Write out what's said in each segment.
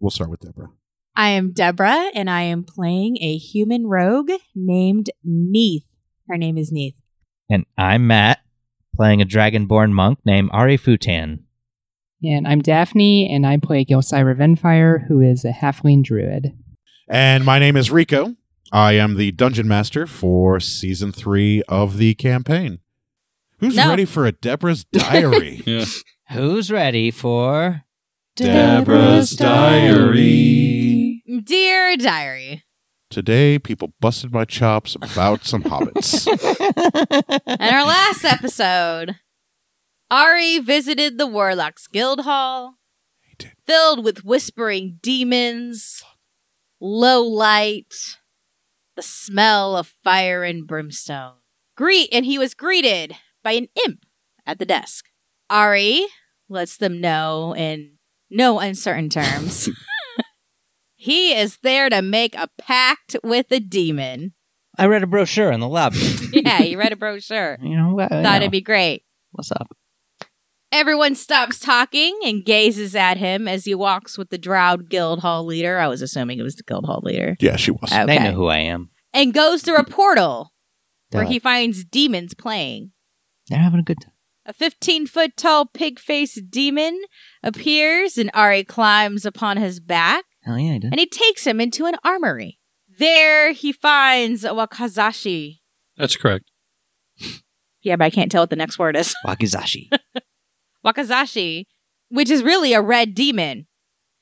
We'll start with Deborah. I am Deborah, and I am playing a human rogue named Neith. Her name is Neith. And I'm Matt, playing a dragonborn monk named Ari Futan. And I'm Daphne, and I play Gilcyra Venfire, who is a halfling druid. And my name is Rico. I am the dungeon master for season three of the campaign. Who's No. ready for a Deborah's diary? Yeah. Who's ready for? Deborah's Diary. Dear diary, Today, people busted my chops about some hobbits. in our last episode, Ari visited the Warlocks Guild Hall, did. filled with whispering demons, low light, the smell of fire and brimstone. Greet, and he was greeted by an imp at the desk. Ari lets them know in no uncertain terms. he is there to make a pact with a demon. I read a brochure in the lobby. Yeah, you read a brochure. you know what? Thought it'd be great. What's up? Everyone stops talking and gazes at him as he walks with the Drowed Guild Hall leader. I was assuming it was the Guild Hall leader. yeah, she was. Okay. They know who I am. And goes through a portal where Duh. he finds demons playing. They're having a good time. A 15 foot tall pig faced demon appears and Ari climbs upon his back Hell yeah, I did. and he takes him into an armory. There he finds a Wakazashi. That's correct. Yeah, but I can't tell what the next word is. Wakizashi. Wakazashi, which is really a red demon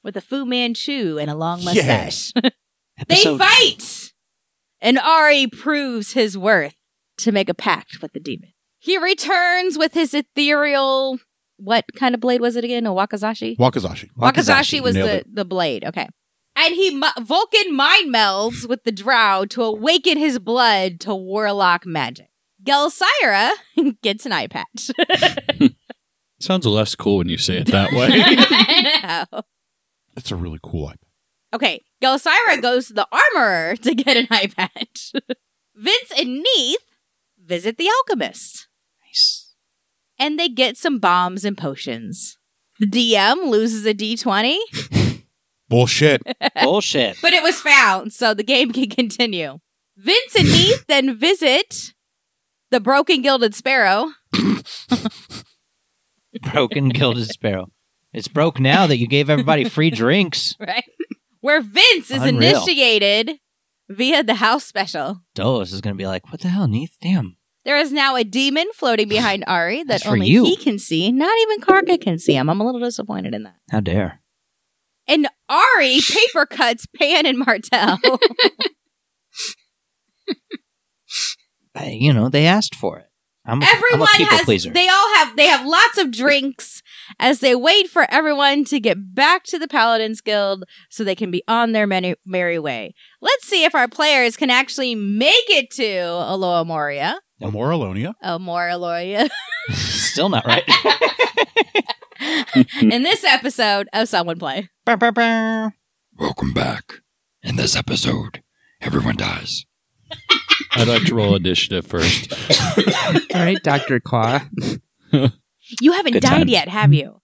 with a Fu Manchu and a long Yes. mustache. they Episode- fight! And Ari proves his worth to make a pact with the demon. He returns with his ethereal. What kind of blade was it again? A Wakazashi? Wakazashi. Wakazashi was Nailed the, the blade. Okay. And he mu- Vulcan mind melds with the drow to awaken his blood to warlock magic. Gelsira gets an eye patch. Sounds less cool when you say it that way. I know. That's a really cool item. Okay, Gelsira goes to the armorer to get an eye patch. Vince and Neith visit the alchemist, Nice. and they get some bombs and potions. The DM loses a d20, Bullshit. Bullshit. but it was found, so the game can continue. Vince and Neith then visit the broken gilded sparrow. Broken Gilded Sparrow. It's broke now that you gave everybody free drinks. Right. Where Vince is Unreal. initiated via the house special. Dolos is going to be like, what the hell, Neith? Damn. There is now a demon floating behind Ari That's that for only you. he can see. Not even Karka can see him. I'm a little disappointed in that. How dare. And Ari paper cuts Pan and Martel. I, you know, they asked for it. I'm a, I'm a everyone people has pleaser. they all have they have lots of drinks as they wait for everyone to get back to the Paladins Guild so they can be on their merry, merry way. Let's see if our players can actually make it to Aloa Moria. Nope. Moralonia. Oh, Moria Loria. Still not right. Hmm. in this episode of Someone Play. Bow, bow, bow. Welcome back. In this episode, everyone dies. I'd like to roll initiative first. All right, Dr. Claw. You haven't Good died times. yet, have you?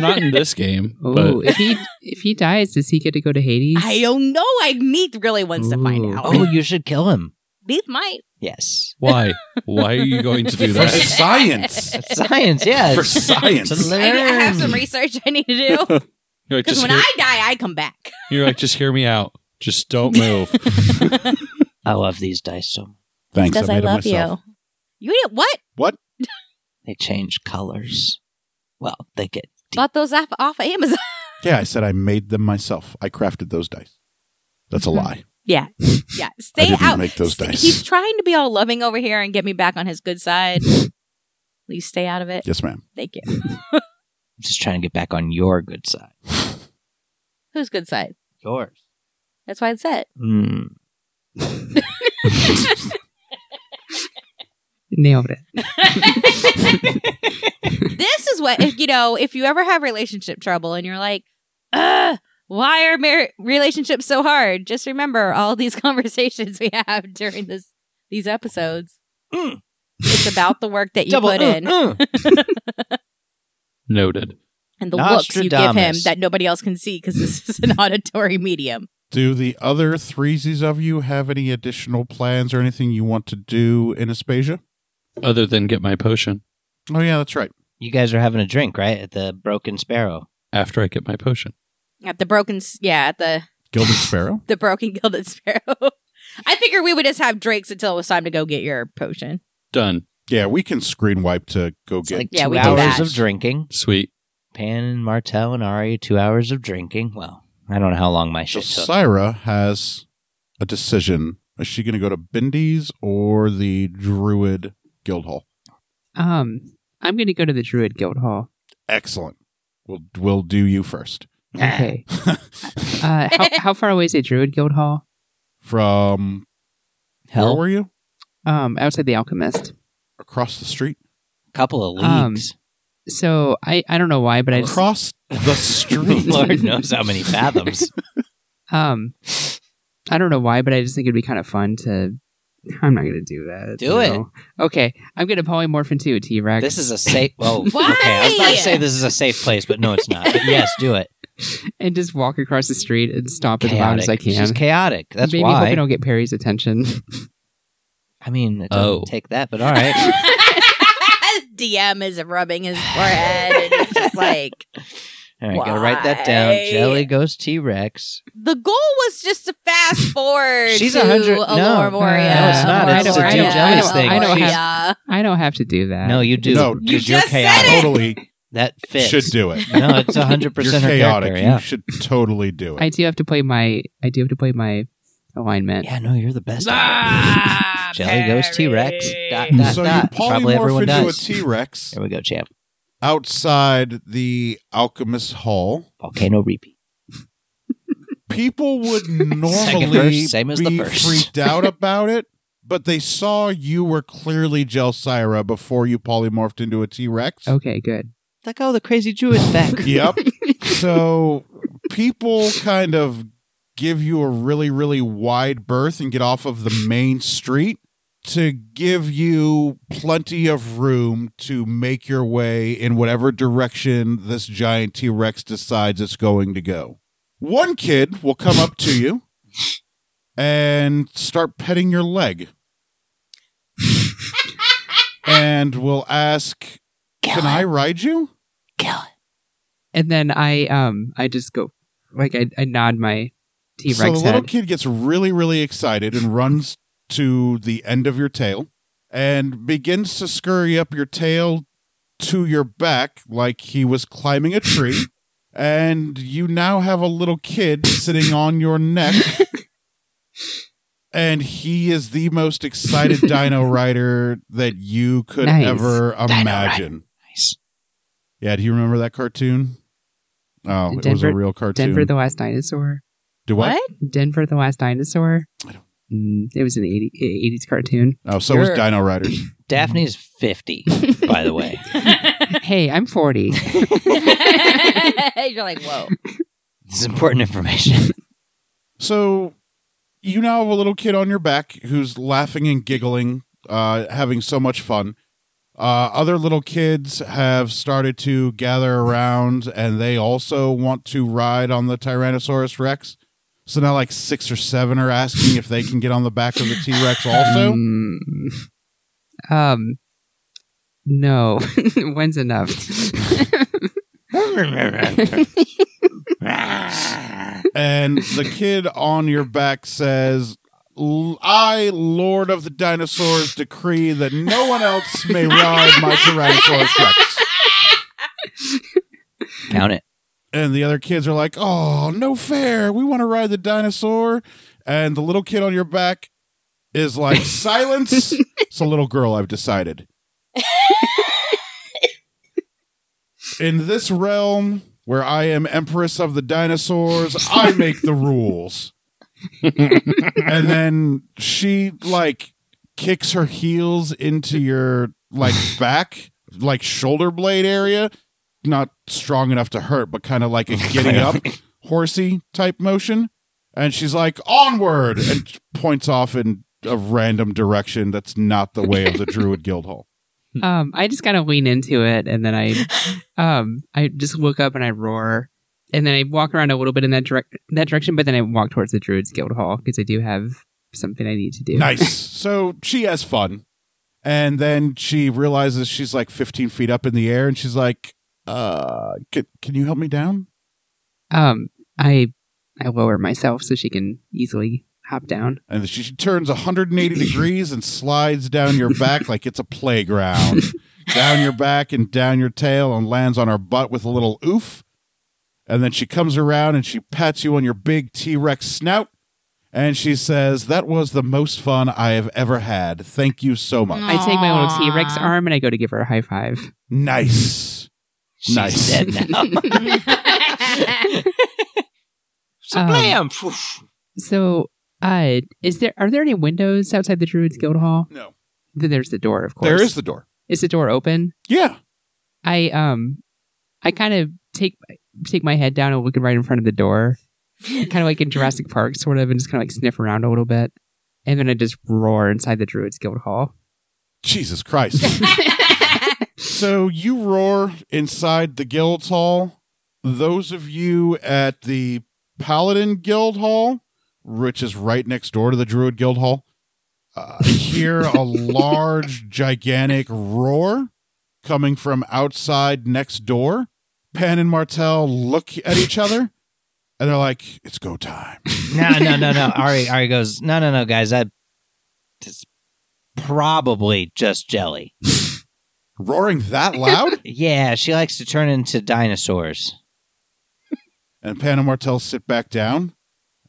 Not in this game, Oh, but if he if he dies, does he get to go to Hades? I don't know. I Neith really wants to find Ooh. out. Oh, you should kill him. Neith might. Yes. why? Why are you going to do For that? science. That's science, yes. For To science. learn. I, need- I have some research I need to do You're like, because just when hear, I die, I come back. you're like, just hear me out. Just don't move. I love these dice so much. Thanks. made it myself. you. You did what? What? They change colors. Well, they get Bought those off, off of Amazon. Yeah, I said I made them myself. I crafted those dice. That's a lie. Yeah. Yeah. Stay didn't out. make those St- dice. He's trying to be all loving over here and get me back on his good side. Please stay out of it. Yes, ma'am. Thank you. I'm just trying to get back on your good side. Whose good side? Yours. That's why it's said. Hmm. Nailed it. This is what, if, you know, if you ever have relationship trouble and you're like, Ugh, why are mar- relationships so hard? Just remember all these conversations we have during this these episodes. Mm. It's about the work that you put uh, in uh. Noted. and the looks you give him Nostradamus. that nobody else can see because this is an auditory medium. Do the other threesies of you have any additional plans or anything you want to do in Aspasia? Other than get my potion. Oh, yeah, that's right. You guys are having a drink, right? At the Broken Sparrow. After I get my potion. At the broken, s- yeah, at the Gilded Sparrow? the broken gilded sparrow. I figure we would just have drinks until it was time to go get your potion. Done. Yeah, we can screen wipe to go It's get. like Yeah, two we do hours that. of drinking. Sweet. Pan and Martel and Arya, two hours of drinking. Well, I don't know how long my so shit took. Syra has a decision. Is she going to go to Bindy's or the Druid Guildhall? Um, I'm going to go to the Druid Guild Hall. Excellent. We'll, we'll do you first. Ah. Okay. uh, how, how far away is the Druid Guild Hall? From where Hell, were you? Um, outside the Alchemist. Across the street? a couple of Um, leagues. So I, I don't know why, but I just, Across the street. Lord knows how many fathoms. um, I don't know why, but I just think it'd be kind of fun to. I'm not going to do that. Do no. Okay, I'm going to polymorph into a T Rex. this is a safe. Oh, okay. Why? I was about to say this is a safe place, but no, it's not. But yes, do it. and just walk across the street and stop as loud as I can. She's chaotic. That's Maybe hope I why. don't get Perry's attention. I mean, it doesn't Oh. take that, but all right. DM is rubbing his forehead and he's just like All right, gotta write that down. Why? Jelly goes T Rex. the goal was just to fast forward. She's to 100 no. Allure Moria. No, it's not. Allure It's to Moria, do jealous things. I don't I don't have to do Uh, that. No, you do. No. because You you're just said chaotic. totally That fits. should do it. No, it's hundred You're percent her chaotic. character. You Yeah. should totally do it. I do have to play my. I do have to play my alignment. yeah, no, you're the best. at it. Ah, Jelly goes T Rex. Dot Perry. dot so dot. you Probably polymorph everyone into does. a T Rex Here we go, champ. outside the Alchemist Hall. Volcano repeat. People would Second normally verse, same as the be first. freaked out about it, but they saw you were clearly Gelsira before you polymorphed into a T Oh, Rex. Okay, good. Like, oh, the crazy Jew is back. Yep. so people kind of give you a really, really wide berth and get off of the main street to give you plenty of room to make your way in whatever direction this giant T Rex decides it's going to go. One kid will come up to you and start petting your leg. and will ask, Can I ride you? And then I um I just go like I, I nod my T So the Rex little head. kid gets really, really excited and runs to the end of your tail and begins to scurry up your tail to your back like he was climbing a tree. and you now have a little kid sitting on your neck. and he is the most excited dino rider that you could Nice. ever rider. imagine. Nice. Yeah, do you remember that cartoon? Oh, it was a Denver- real cartoon. Denver the Last Dinosaur. do what? What? Denver the Last Dinosaur. I don't- Mm, it was an 80, 80s cartoon. Oh, so was You're- Dino Riders. Daphne's fifty, by the way. hey, I'm 40. You're like, whoa. This is important information. So you now have a little kid on your back who's laughing and giggling, uh, having so much fun. Uh, other little kids have started to gather around and they also want to ride on the Tyrannosaurus Rex. So now, like six or seven are asking if they can get on the back of the T Rex also. Mm. um no. When's enough? And the kid on your back says, l- I, Lord of the Dinosaurs, decree that no one else may ride my Tyrannosaurus Rex. Count it. And the other kids are like, oh, no fair. We want to ride the dinosaur. And the little kid on your back is like, silence. It's a little girl, I've decided. In this realm where I am Empress of the Dinosaurs, I make the rules. and then she like kicks her heels into your like back, like shoulder blade area. Not strong enough to hurt, but kind of like a getting up horsey type motion. And she's like, onward, and points off in a random direction that's not the way of the Druid Guildhall. Um, I just kind of lean into it, and then I, um, I just look up and I roar, and then I walk around a little bit in that direct that direction, but then I walk towards the Druids Guild Hall because I do have something I need to do. Nice. So she has fun. And then she realizes she's like 15 feet up in the air and she's like, uh, can, can you help me down? Um, I I lower myself so she can easily hop down. And she turns 180 degrees and slides down your back like it's a playground. down your back and down your tail and lands on her butt with a little oof. And then she comes around and she pats you on your big T Rex snout. And she says, That was the most fun I have ever had. Thank you so much. I take my little Aw. T Rex arm and I go to give her a high five. Nice. She's Nice. dead now. so Um, blam. Poof. So, uh, is there are there any windows outside the Druids Guild Hall? No. Then there's the door, of course. There is the door. Is the door open? Yeah. I um, I kind of take take my head down and look right in front of the door, kind of like in Jurassic Park, sort of, and just kind of like sniff around a little bit, and then I just roar inside the Druids Guild Hall. Jesus Christ. so you roar inside the guild hall. Those of you at the Paladin Guild Hall, which is right next door to the Druid Guild Hall, uh, hear a large, gigantic roar coming from outside next door. Pan and Martel look at each other and they're like, it's go time. No, no, no, no. Ari, Ari goes, no, no, no, guys. That, that's probably just jelly. Roaring that loud? Yeah, she likes to turn into dinosaurs. And Pan and Martel sit back down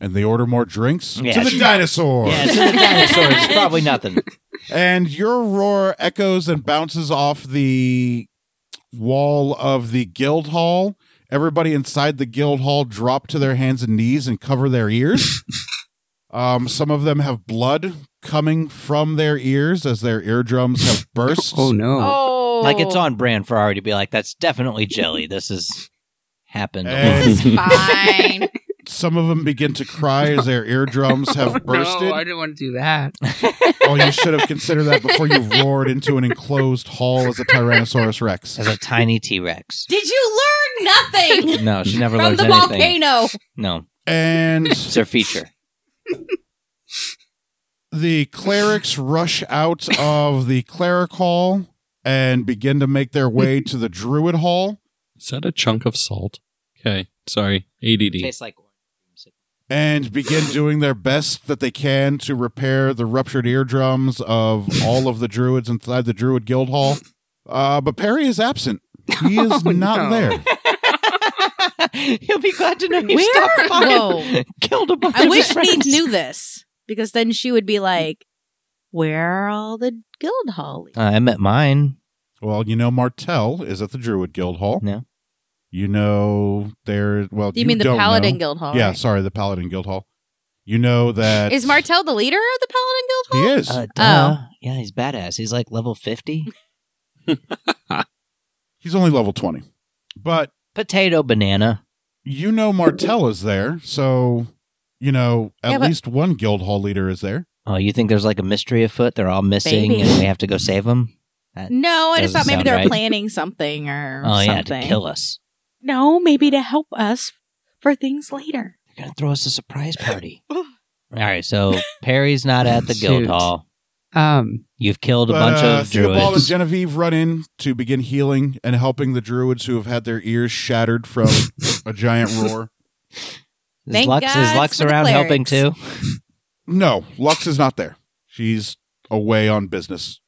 and they order more drinks Yeah, to the she- dinosaurs. Yeah, so the dinosaurs, it's probably nothing. And your roar echoes and bounces off the wall of the guild hall. Everybody inside the guild hall drop to their hands and knees and cover their ears. um, some of them have blood coming from their ears as their eardrums have burst. Oh no! oh, Like it's on brand for Ari to be like, that's definitely jelly. This has happened. Eh. It's fine. Some of them begin to cry as their eardrums have bursted. Oh, No, I didn't want to do that. oh, you should have considered that before you roared into an enclosed hall as a Tyrannosaurus Rex. As a tiny T Rex. Did you learn nothing No, she never from learns the anything. volcano? No, And it's her feature. the clerics rush out of the cleric hall and begin to make their way to the druid hall Is that a chunk of salt? Okay, sorry. ADD. Tastes like. and begin doing their best that they can to repair the ruptured eardrums of all of the druids inside the druid guild hall. Uh, but Perry is absent. He is Oh, not no. there. He'll be glad to know you Where- stopped by. Whoa. and Killed a bunch I of wish Neith friends. knew this because then she would be like, "Where are all the guild holly?" Uh, I met mine. Well, you know Martell is at the druid guild hall. No. You know there. Well, you, mean the don't Paladin know. Guild Hall? Yeah, right? sorry, the paladin guild hall. You know that Is Martel the leader of the Paladin Guild Hall? He is. Uh, duh. Yeah, he's badass. He's like level 50. He's only level twenty, but Potato banana. you know Martell is there, so you know at Yeah, but- least one guild hall leader is there. Oh, you think there's like a mystery afoot? They're all missing Baby. and we have to go save them? No, I just Doesn't thought maybe sound they were right. planning something or Oh, yeah, something. to kill us. No, maybe to help us for things later. They're going to throw us a surprise party. all right, so Perry's not at the guild Shoot. hall. Um, You've killed a But, bunch uh, of Theobald and druids. Genevieve run in to begin healing and helping the druids who have had their ears shattered from a giant roar. Is Thank Lux, is God Lux for the around helping too? clerics. No, Lux is not there. She's away on business,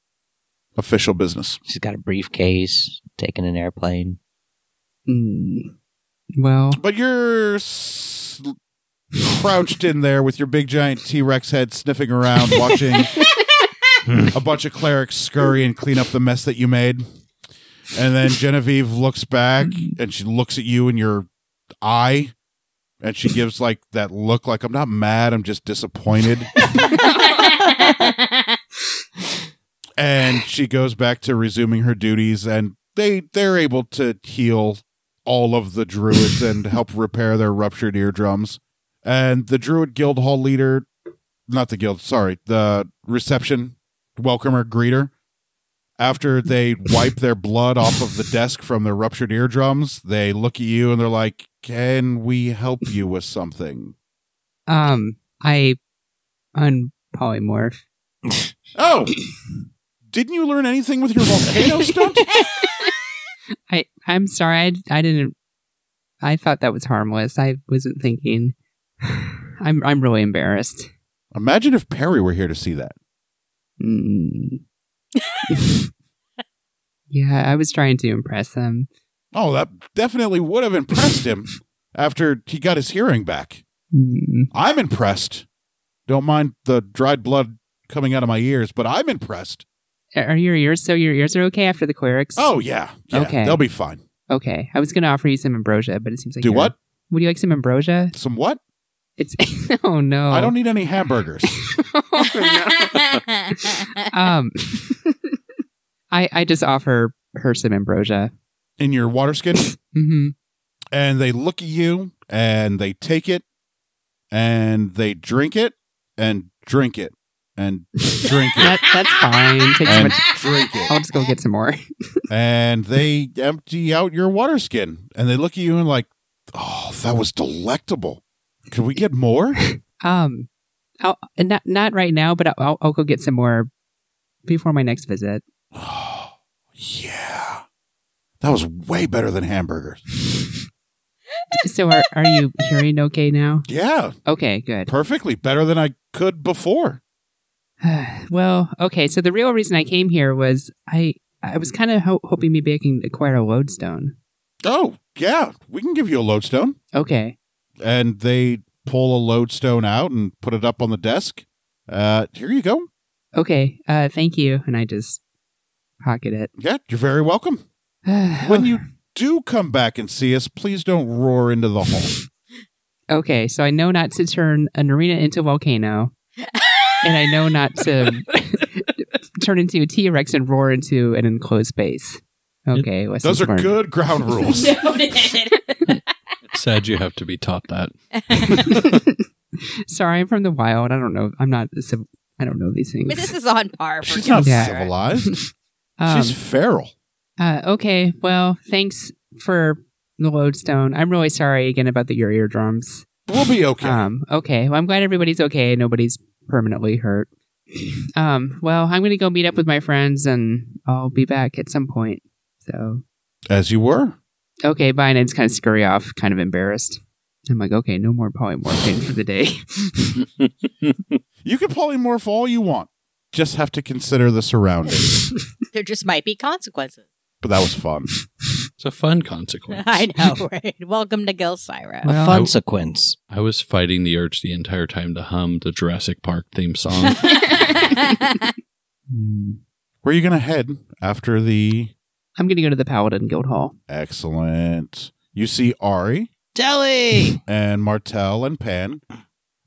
official business. She's got a briefcase, taking an airplane. Mm. Well, But you're s- crouched in there with your big giant T Rex head sniffing around, watching a bunch of clerics scurry and clean up the mess that you made. And then Genevieve looks back and she looks at you in your eye and she gives like that look like I'm not mad, I'm just disappointed. and she goes back to resuming her duties and they they're able to heal all of the druids and help repair their ruptured eardrums and the druid guild hall leader not the guild sorry the reception welcomer greeter after they wipe their blood off of the desk from their ruptured eardrums they look at you and they're like can we help you with something um, I unpolymorph. oh didn't you learn anything with your volcano stunt I I'm sorry. I, I didn't. I thought that was harmless. I wasn't thinking. I'm I'm really embarrassed. imagine if perry were here to see that Mm. yeah, I was trying to impress him. Oh, that definitely would have impressed him after he got his hearing back. Mm. I'm impressed. Don't mind the dried blood coming out of my ears, but I'm impressed. Are your ears so your ears are okay after the clerics? Oh yeah, yeah Okay. they'll be fine. okay. I was gonna offer you some ambrosia, but it seems like Do you're- what? Would you like some ambrosia? Some what? It's oh no. I don't need any hamburgers. Oh, no. um, I I just offer her some ambrosia. In your water skin, Mm-hmm. and they look at you, and they take it, and they drink it, and drink it, and drink it, That, that's fine. Takes so And much. drink it. I'll just go get some more. and they empty out your water skin, and they look at you and like, oh, that was delectable. Could we get more? Um, I'll and not not right now, but I'll- I'll I'll go get some more before my next visit. Oh, yeah. That was way better than hamburgers. So are are you hearing okay now? Yeah, Okay, good. perfectly better than I could before. well, okay. So the real reason I came here was I I was kind of ho- hoping maybe I can acquire a lodestone. Oh, yeah, we can give you a lodestone. Okay. And they pull a lodestone out and put it up on the desk. Uh, here you go. Okay. Uh, thank you. And I just pocket it. Yeah, you're very welcome. When you do come back and see us, please don't roar into the hall. okay, so I know not to turn an arena into a volcano, and I know not to turn into a T Rex and roar into an enclosed space. Okay, lessons Those are learned. good ground rules. Sad you have to be taught that. Sorry, I'm from the wild. I don't know. I'm not. a civ- I don't know these But this things. is on par. For She's not Yeah. civilized. Um, She's feral. uh, okay, well, thanks for the lodestone. I'm really sorry again about the your eardrums. We'll be okay. Um, okay. Well, I'm glad everybody's okay. Nobody's permanently hurt. Um, well, I'm going to go meet up with my friends and I'll be back at some point. So, As you were. okay, bye. And I just kind of scurry off, kind of embarrassed. I'm like, okay, no more polymorphing for the day. You can polymorph all you want. Just have to consider the surroundings. there just might be consequences. but that was fun. It's a fun consequence. I know, right? Welcome to Gilcyra. A Well- fun sequence. I was fighting the urge the entire time to hum the Jurassic Park theme song. Hmm. Where are you going to head after the I'm going to go to the Paladin Guild Hall. excellent? You see Ari Deli! and Martel and Pan,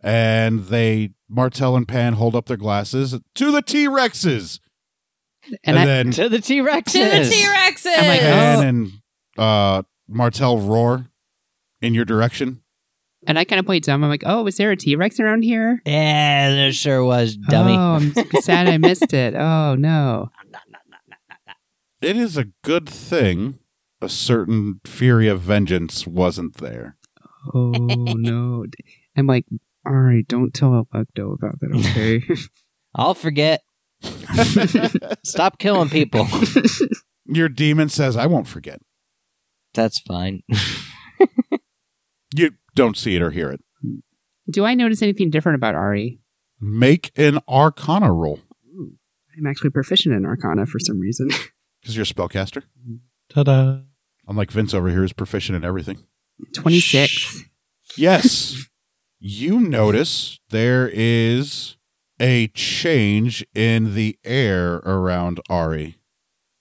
and they Martel and Pan hold up their glasses to the T Rexes, and, And, I, Oh. then to the T Rexes! to the T Rexes. I'm like, Pan Oh. and uh, Martel roar in your direction. and I kind of play dumb. I'm like, oh, was there a T Rex around here? Yeah, there sure was, dummy. Oh, I'm sad I missed it. Oh, no. It is a good thing a certain fury of vengeance wasn't there. Oh, no. I'm like, all right, don't tell Electo about that, okay? I'll forget. Stop killing people. Your demon says, "I won't forget." That's fine. You don't see it or hear it. Do I notice anything different about Ari? Make an Arcana roll I'm actually proficient in Arcana for some reason. because you're a spellcaster. Ta da. Unlike Vince over here, is proficient in everything. 26. Yes. you notice there is a change in the air around Ari.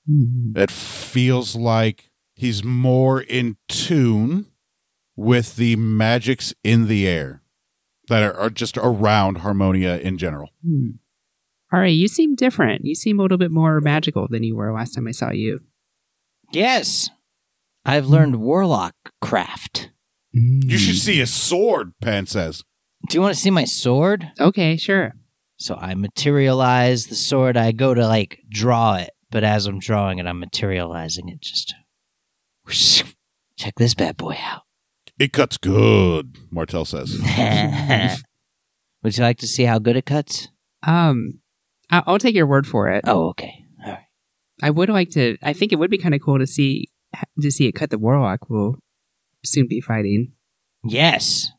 Hmm. It feels like he's more in tune with the magics in the air that are, are just around Harmonia in general. Hmm. All right, you seem different. You seem a little bit more magical than you were last time I saw you. Yes. I've learned warlock craft. You should see his sword, Pan says. Do you want to see my sword? Okay, sure. So I materialize the sword. I go to like draw it, but as I'm drawing it, I'm materializing it. Just check this bad boy out. It cuts good, Martel says. Would you like to see how good it cuts? Um, I- I'll take your word for it. Oh, okay. All right. I would like to. I think it would be kind of cool to see to see it cut the warlock. We'll soon be fighting. Yes,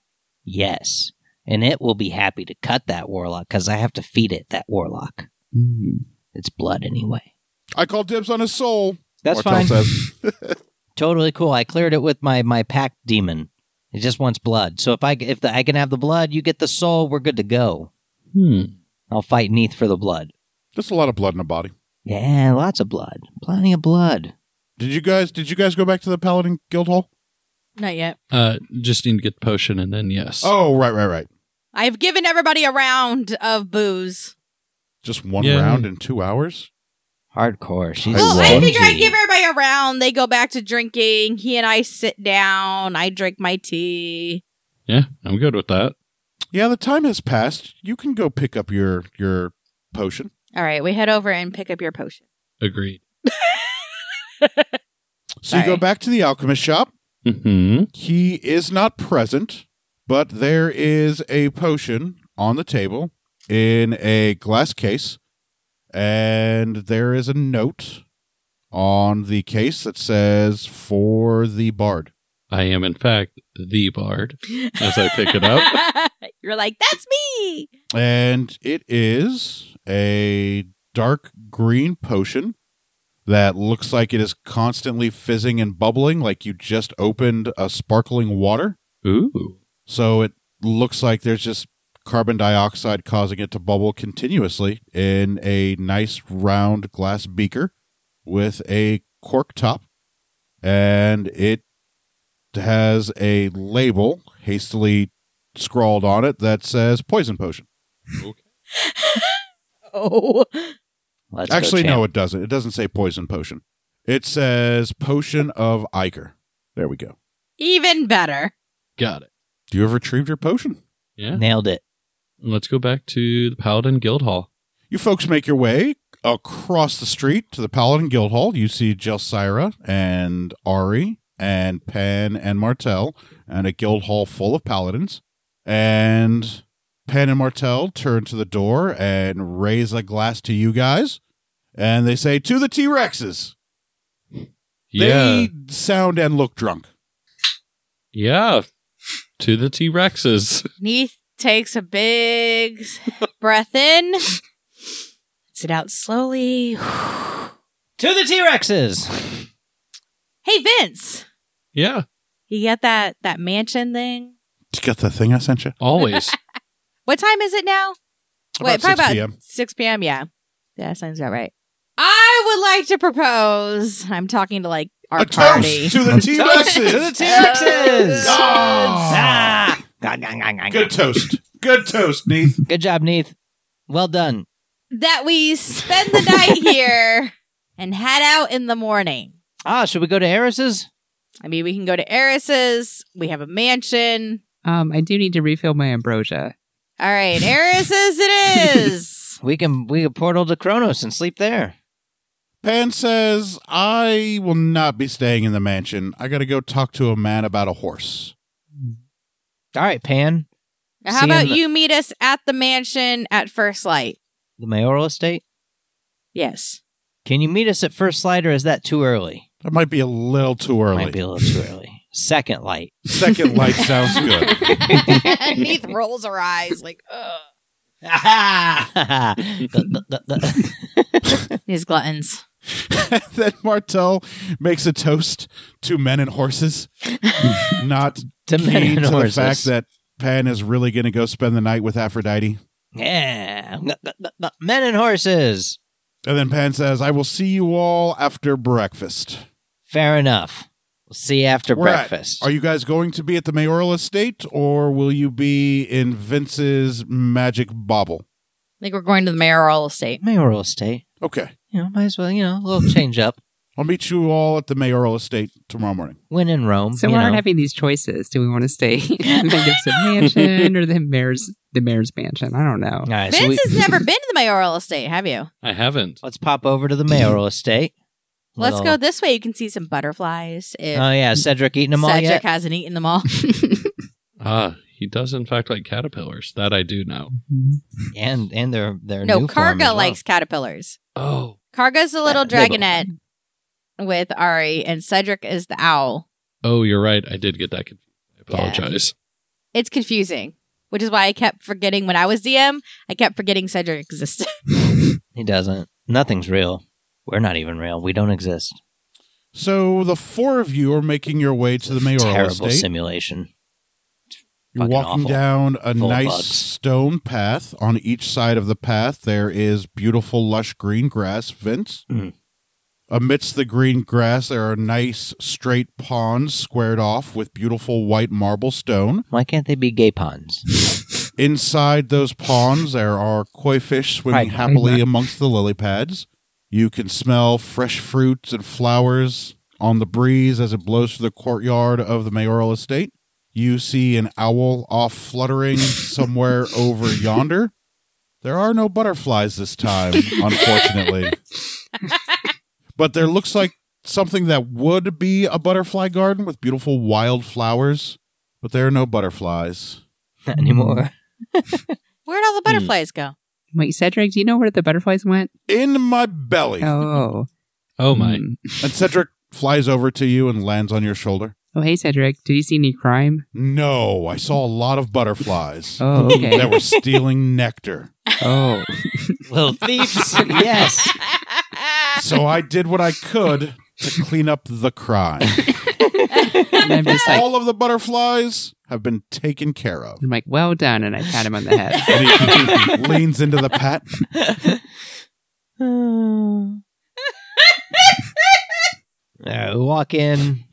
yes, and it will be happy to cut that warlock because I have to feed it that warlock. It's blood anyway. I call dibs on his soul, That's Martel fine. says. Totally cool. I cleared it with my my pack demon. It just wants blood. So if I if the, I can have the blood, you get the soul. We're good to go. Hmm. I'll fight Neath for the blood. Just a lot of blood in a body. Yeah, lots of blood. Plenty of blood. Did you guys did you guys go back to the Paladin Guild Hall? Not yet. Uh, just need to get the potion and then yes. Oh, right, right, right. I've given everybody a round of booze. Just one Yeah. round in two hours? Hardcore. She's Well, love I figure I stingy. give everybody a round. They go back to drinking. He and I sit down. I drink my tea. Yeah, I'm good with that. Yeah, the time has passed. You can go pick up your your potion. All right, we head over and pick up your potion. Agreed. So you go Sorry. back to the alchemist shop. Mm-hmm. He is not present, but there is a potion on the table in a glass case, and there is a note on the case that says for the bard. I am in fact the bard. As I pick it up. You're like, that's me. And it is a dark green potion that looks like it is constantly fizzing and bubbling, like you just opened a sparkling water. Ooh. So it looks like there's just carbon dioxide causing it to bubble continuously in a nice round glass beaker with a cork top. And it has a label hastily scrawled on it that says poison potion. Oh. Let's go, Actually, no, champ. it doesn't. It doesn't say poison potion. It says potion of Iker. There we go. Even better. Got it. Do you have retrieved your potion? Yeah. Nailed it. Let's go back to the Paladin Guild Hall. You folks make your way across the street to the Paladin Guild Hall. You see Jelsira and Ari and Pan and Martel and a guild hall full of paladins. And Pan and Martel turn to the door and raise a glass to you guys. And they say, To the T Rexes. Yeah. They sound and look drunk. Yeah. To the T Rexes. Neith takes a big breath in. Sit out slowly. To the T Rexes. Hey Vince, Yeah. you get that that mansion thing? Did you get the thing I sent you? Always. What time is it now? Wait, About probably 6 about p.m.. 6 p.m. Yeah. Yeah, sounds about right. I would like to propose. I'm talking to like our a party. toast to the T to the Rexes. T Rexes. Ah. Good toast. Good toast, Neith. Good job, Neath. Well done. that we spend the night here and head out in the morning. Ah, should we go to Eris's? I mean, we can go to Eris's. We have a mansion. Um, I do need to refill my ambrosia. All right, Eris's it is. We can we can portal to Kronos and sleep there. Pan says, I will not be staying in the mansion. I got to go talk to a man about a horse. All right, Pan. How See you about in the- you meet us at the mansion at first light? The mayoral estate. Yes. Can you meet us at first light, or is that too early? That might be a little too early. Might be a little too early. Second light. Second light sounds good. Neith rolls her eyes like, ugh. Ah-ha! The- the- the- the- These gluttons. then Martel makes a toast to men and horses, not to key men and to horses. the fact that Pan is really going to go spend the night with Aphrodite. yeah, men and horses. And then Pan says, I will see you all after breakfast. Fair enough. We'll see you after Where at? breakfast. Are you guys going to be at the mayoral estate or will you be in Vince's magic bobble? I think we're going to the mayoral estate. Mayoral estate. Okay. You know, might as well. You know, a little change up. I'll meet you all at the mayoral estate tomorrow morning. When in Rome. So you we know. aren't having these choices. Do we want to stay in the Gibson mansion or the mayor's the mayor's mansion? I don't know. All right, so we, Vince has never been to the mayoral estate, have you? I haven't. let's pop over to the mayoral estate. Let's Little- go this way. You can see some butterflies if Oh yeah, Cedric eating them all Cedric yet. hasn't eaten them all. Ah, he does in fact like caterpillars. That I do know. and and their their no, new form as Karga well. likes caterpillars. Oh, Karga's the little That little dragonette with Ari, and Cedric is the owl. oh, you're right. I did get that. Confused. I Yeah. apologize. It's confusing, which is why I kept forgetting when I was DM. I kept forgetting Cedric existed. He doesn't. Nothing's real. We're not even real. We don't exist. So the four of you are making your way to the mayoral Terrible estate. simulation. You're Fucking walking awful. down a Full of nice bugs. stone path. On each side of the path, there is beautiful, lush green grass. Vince, Mm. amidst the green grass, there are nice, straight ponds squared off with beautiful white marble stone. Why can't they be gay ponds? Inside those ponds, there are koi fish swimming Right. happily amongst the lily pads. You can smell fresh fruits and flowers on the breeze as it blows through the courtyard of the mayoral estate. You see an owl off fluttering somewhere over yonder. There are no butterflies this time, unfortunately. but there looks like something that would be a butterfly garden with beautiful wild flowers, but there are no butterflies. Not anymore. Where'd all the Hmm. butterflies go? Wait, Cedric, do you know where the butterflies went? in my belly. Oh, Oh my. Hmm. And Cedric flies over to you and lands on your shoulder. Oh, hey, Cedric, did you see any crime? No, I saw a lot of butterflies Oh, okay. that were stealing nectar. oh, Little thieves. yes. So I did what I could to clean up the crime. and I'm just like, All of the butterflies have been taken care of. I'm like, well done, and I pat him on the head. And he leans into the pat. Uh, walk in.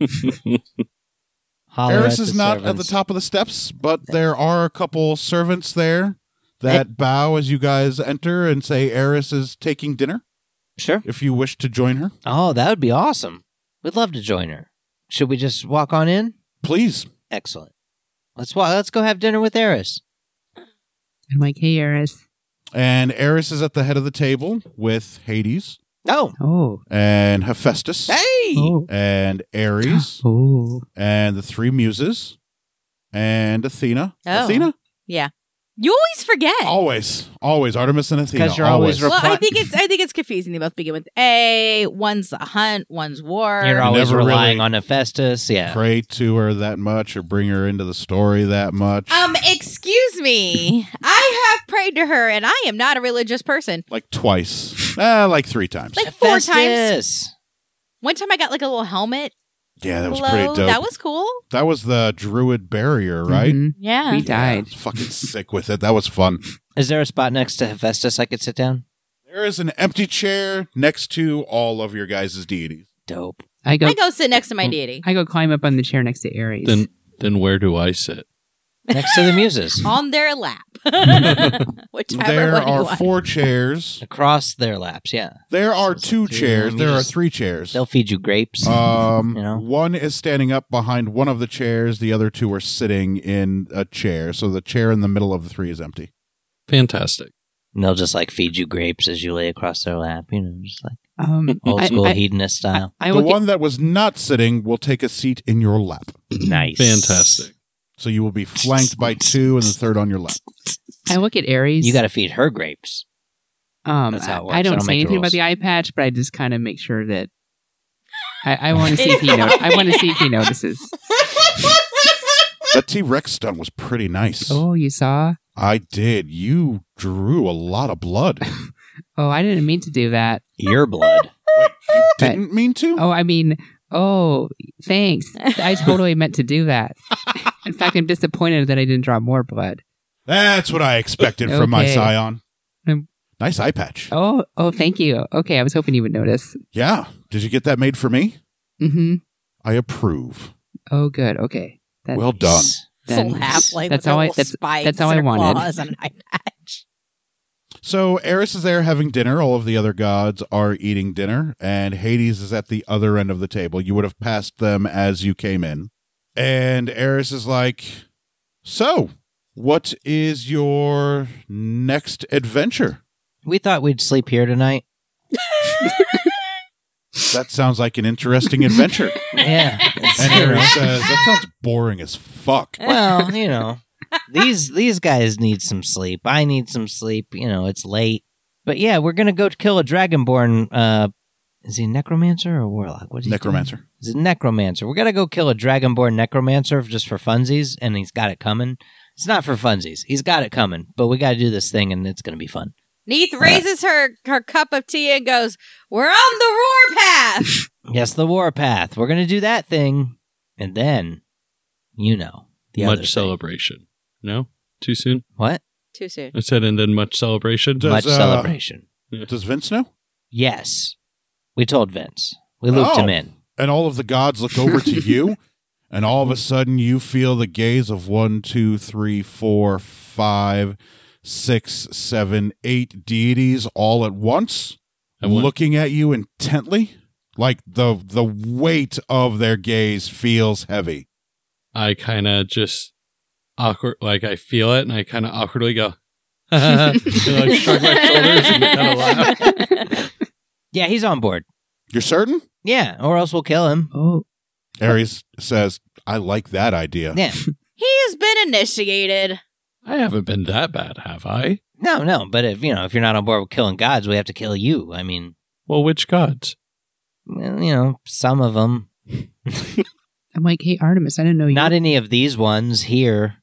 Holler Eris at is the not at the servants. top of the steps, but there are a couple servants there that bow as you guys enter and say Eris is taking dinner Sure. if you wish to join her. Oh, that would be awesome. We'd love to join her. Should we just walk on in? Please. Excellent. Let's wa- let's go have dinner with Eris. I'm like, hey, Eris. And Eris is at the head of the table with Hades Oh. Oh, and Hephaestus Hey. oh, and Ares oh. and the three muses and Athena. Oh. Athena? you always forget. Always. Always. Artemis and Athena. Because you're always well, I reply- think it's I think it's confusing. They both begin with A. One's the hunt. One's war. You're always Never relying really- on Hephaestus. Yeah. pray to her that much or bring her into the story that much. Um, excuse me. I have prayed to her, and I am not a religious person. like twice. ah, like three times. Like four times. times. One time, I got like a little helmet. yeah, that was glow. pretty dope. That was cool. That was the druid barrier, Mm-hmm. right? Mhm. Yeah. We died. Yeah, fucking sick with it. That was fun. Is there a spot next to Hephaestus I could sit down? There is an empty chair next to all of your guys' deities. Dope. I go, I go sit next to Oh. my deity I go climb up on the chair next to Aries. Then then where do I sit? Next to the muses. on their lap, whichever There one you are want. four chairs. Across their laps, yeah. There are So it's two like three, chairs. and There you are just- three chairs. They'll feed you grapes. Um, you know? one is standing up behind one of the chairs. The other two are sitting in a chair. So the chair in the middle of the three is empty. Fantastic. and they'll just like feed you grapes as you lay across their lap, you know, just like um, old I- school I, hedonist I, style. I The look at- one that was not sitting will take a seat in your lap. nice. Fantastic. So you will be flanked by two and the third on your lap. I look at Aries. You got to feed her grapes. Um, That's how it I- I works. I don't don't make say the anything about rules. the eye patch, but I just kind of make sure that I, I want to see if he no- I want to see if he notices. That T Rex stunt was pretty nice. Oh, you saw? I did. You drew a lot of blood. Oh, I didn't mean to do that. Your blood. Wait, you But- didn't mean to? Oh, I mean, oh, thanks. I totally meant to do that. In fact, I'm disappointed that I didn't draw more blood. That's what I expected from my Okay. scion. Um, Nice eye patch. Oh, oh, thank you. Okay, I was hoping you would notice. Yeah. Did you get that made for me? Mm-hmm. I approve. Oh, good. Okay. That- Well done. Then- half like that's all I- that's- that's all I wanted. And I patch. So Eris is there having dinner. All of the other gods are eating dinner, and Hades is at the other end of the table. You would have passed them as you came in. And Eris is like, So, what is your next adventure? We thought we'd sleep here tonight. That sounds like an interesting adventure. Yeah. And Eris says, That sounds boring as fuck. well, you know, these these guys need some sleep. I need some sleep. You know, it's late. But yeah, we're gonna go kill a dragonborn. Uh, is he a necromancer or a warlock? What is he? Necromancer. He's a necromancer. We're gonna go kill a dragonborn necromancer just for funsies, and he's got it coming. It's not for funsies. He's got it coming, but we gotta do this thing, and it's gonna be fun. Neith raises her her cup of tea and goes, "We're on the roar path." Yes, the warpath. We're gonna do that thing, and then, you know, the other much thing. celebration. No? Too soon? What? Too soon. I said, and then much celebration. Does, much uh, celebration. Does Vince know? Yes, we told Vince. We looped Oh. him in. and all of the gods look over to you, and all of a sudden you feel the gaze of one, two, three, four, five, six, seven, eight deities all at once, I want- looking at you intently. Like the the weight of their gaze feels heavy. I kind of just awkward, like I feel it, and I kind of awkwardly go, Oh. and I shrug my shoulders and kind of laugh. Yeah, he's on board. You're certain? Yeah, or else we'll kill him. Oh, Ares says, "I like that idea." Yeah. He has been initiated. I haven't been that bad, have I? No, no, but if you know, if you're not on board with killing gods, we have to kill you. I mean, Well, which gods? well, you know, some of them, I'm like, hey, Artemis, I didn't know you. not any of these ones here.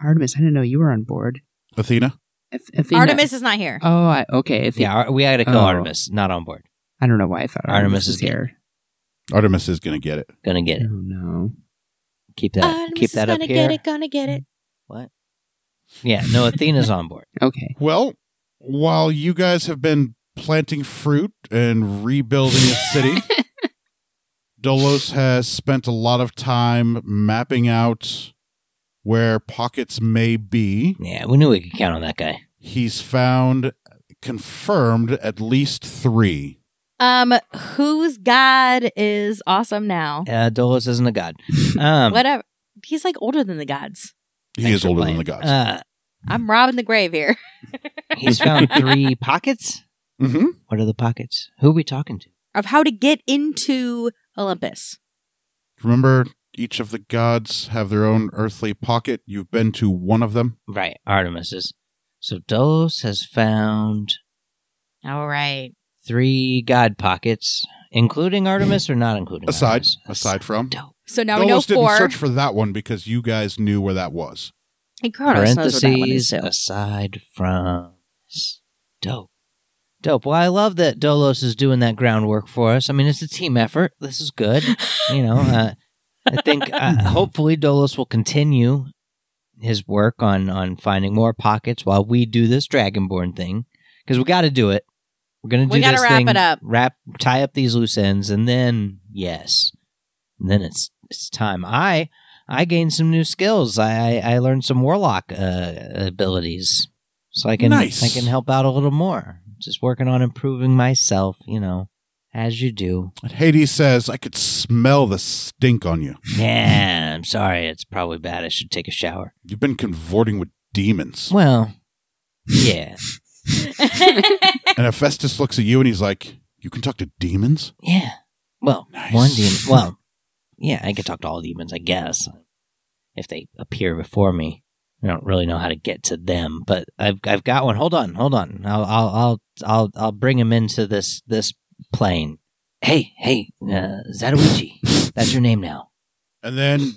Artemis, I didn't know you were on board. Athena, Ath- Athena- Artemis is not here. Oh, I, okay. Athe- Yeah, Ar- we got to kill Oh. Artemis. Not on board. I don't know why I thought Artemis, Artemis was is here. Artemis is gonna get it. Gonna Oh get it. no. Keep that. Artemis keep is that up Um, gonna here. get it. Gonna get it. What? Yeah, no, Athena's on board. Okay. Well, while you guys have been planting fruit and rebuilding a city, Dolos has spent a lot of time mapping out where pockets may be. Yeah, we knew we could count on that guy. He's found, confirmed, at least three. Um, whose god is awesome now? Uh, Dolos isn't a god. Um, Whatever. He's like older than the gods. He thanks is for older playing. than the gods. Uh, I'm robbing the grave here. he's found three pockets. hmm What are the pockets? Who are we talking to? Of how to get into Olympus. Remember, each of the gods have their own earthly pocket. You've been to one of them. Right, Artemis is. So Dolos has found All right. three god pockets, including Artemis or not including Aside, Artemis? aside from. Dope. So now Dolos we know didn't four. search for that one because you guys knew where that was. and Kronos knows what that one is Parentheses too. aside from dope. Dope. Well, I love that Dolos is doing that groundwork for us. I mean, it's a team effort. This is good. You know, uh, I think uh, hopefully Dolos will continue his work on on finding more pockets while we do this Dragonborn thing because we got to do it. We're gonna do We gotta this wrap thing, it up. Wrap, tie up these loose ends, and then yes, and then it's it's time. I I gained some new skills. I I, I learned some warlock uh, abilities, so I can Nice. I can help out a little more. Just working on improving myself, you know, as you do. And Hades says, I could smell the stink on you. Yeah, I'm sorry. It's probably bad. I should take a shower. You've been convorting with demons. Well, yeah, and Hephaestus looks at you and he's like, You can talk to demons? yeah. Well, Nice. one demon. Well, yeah, I could talk to all demons, I guess, if they appear before me. I don't really know how to get to them, but I've I've got one. Hold on, hold on. I'll I'll I'll I'll, I'll bring him into this this plane. Hey, hey, uh, Zatoichi, that's your name now. And then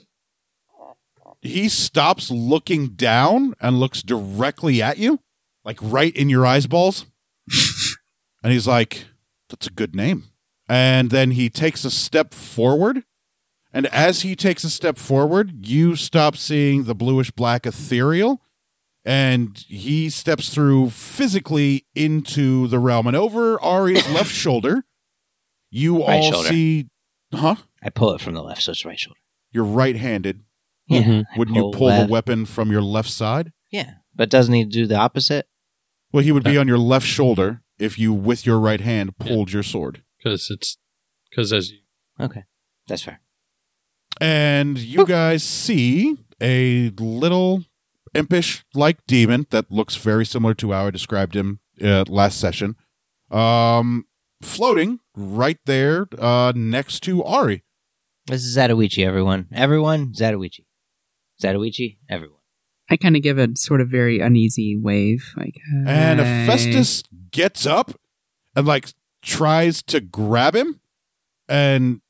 he stops looking down and looks directly at you, like right in your eyeballs. and he's like, That's a good name. And then he takes a step forward. And as he takes a step forward, you stop seeing the bluish black ethereal. And he steps through physically into the realm. And over Ari's left shoulder, you Right all shoulder. see. Huh? I pull it from the left, so it's right shoulder. You're right handed. Yeah. Mhm. I Wouldn't you pull left. the weapon from your left side? Yeah. But doesn't he do the opposite? Well, he would be on your left shoulder if you, with your right hand, pulled your sword. because it's because as you Okay. That's fair. And you guys see a little impish like demon that looks very similar to how I described him uh, last session, um, floating right there uh, next to Ari. This is Zatoichi, everyone. Everyone, Zatoichi. Zatoichi, everyone. I kind of give a sort of very uneasy wave, like. And "Hey." Hephaestus gets up and like tries to grab him, and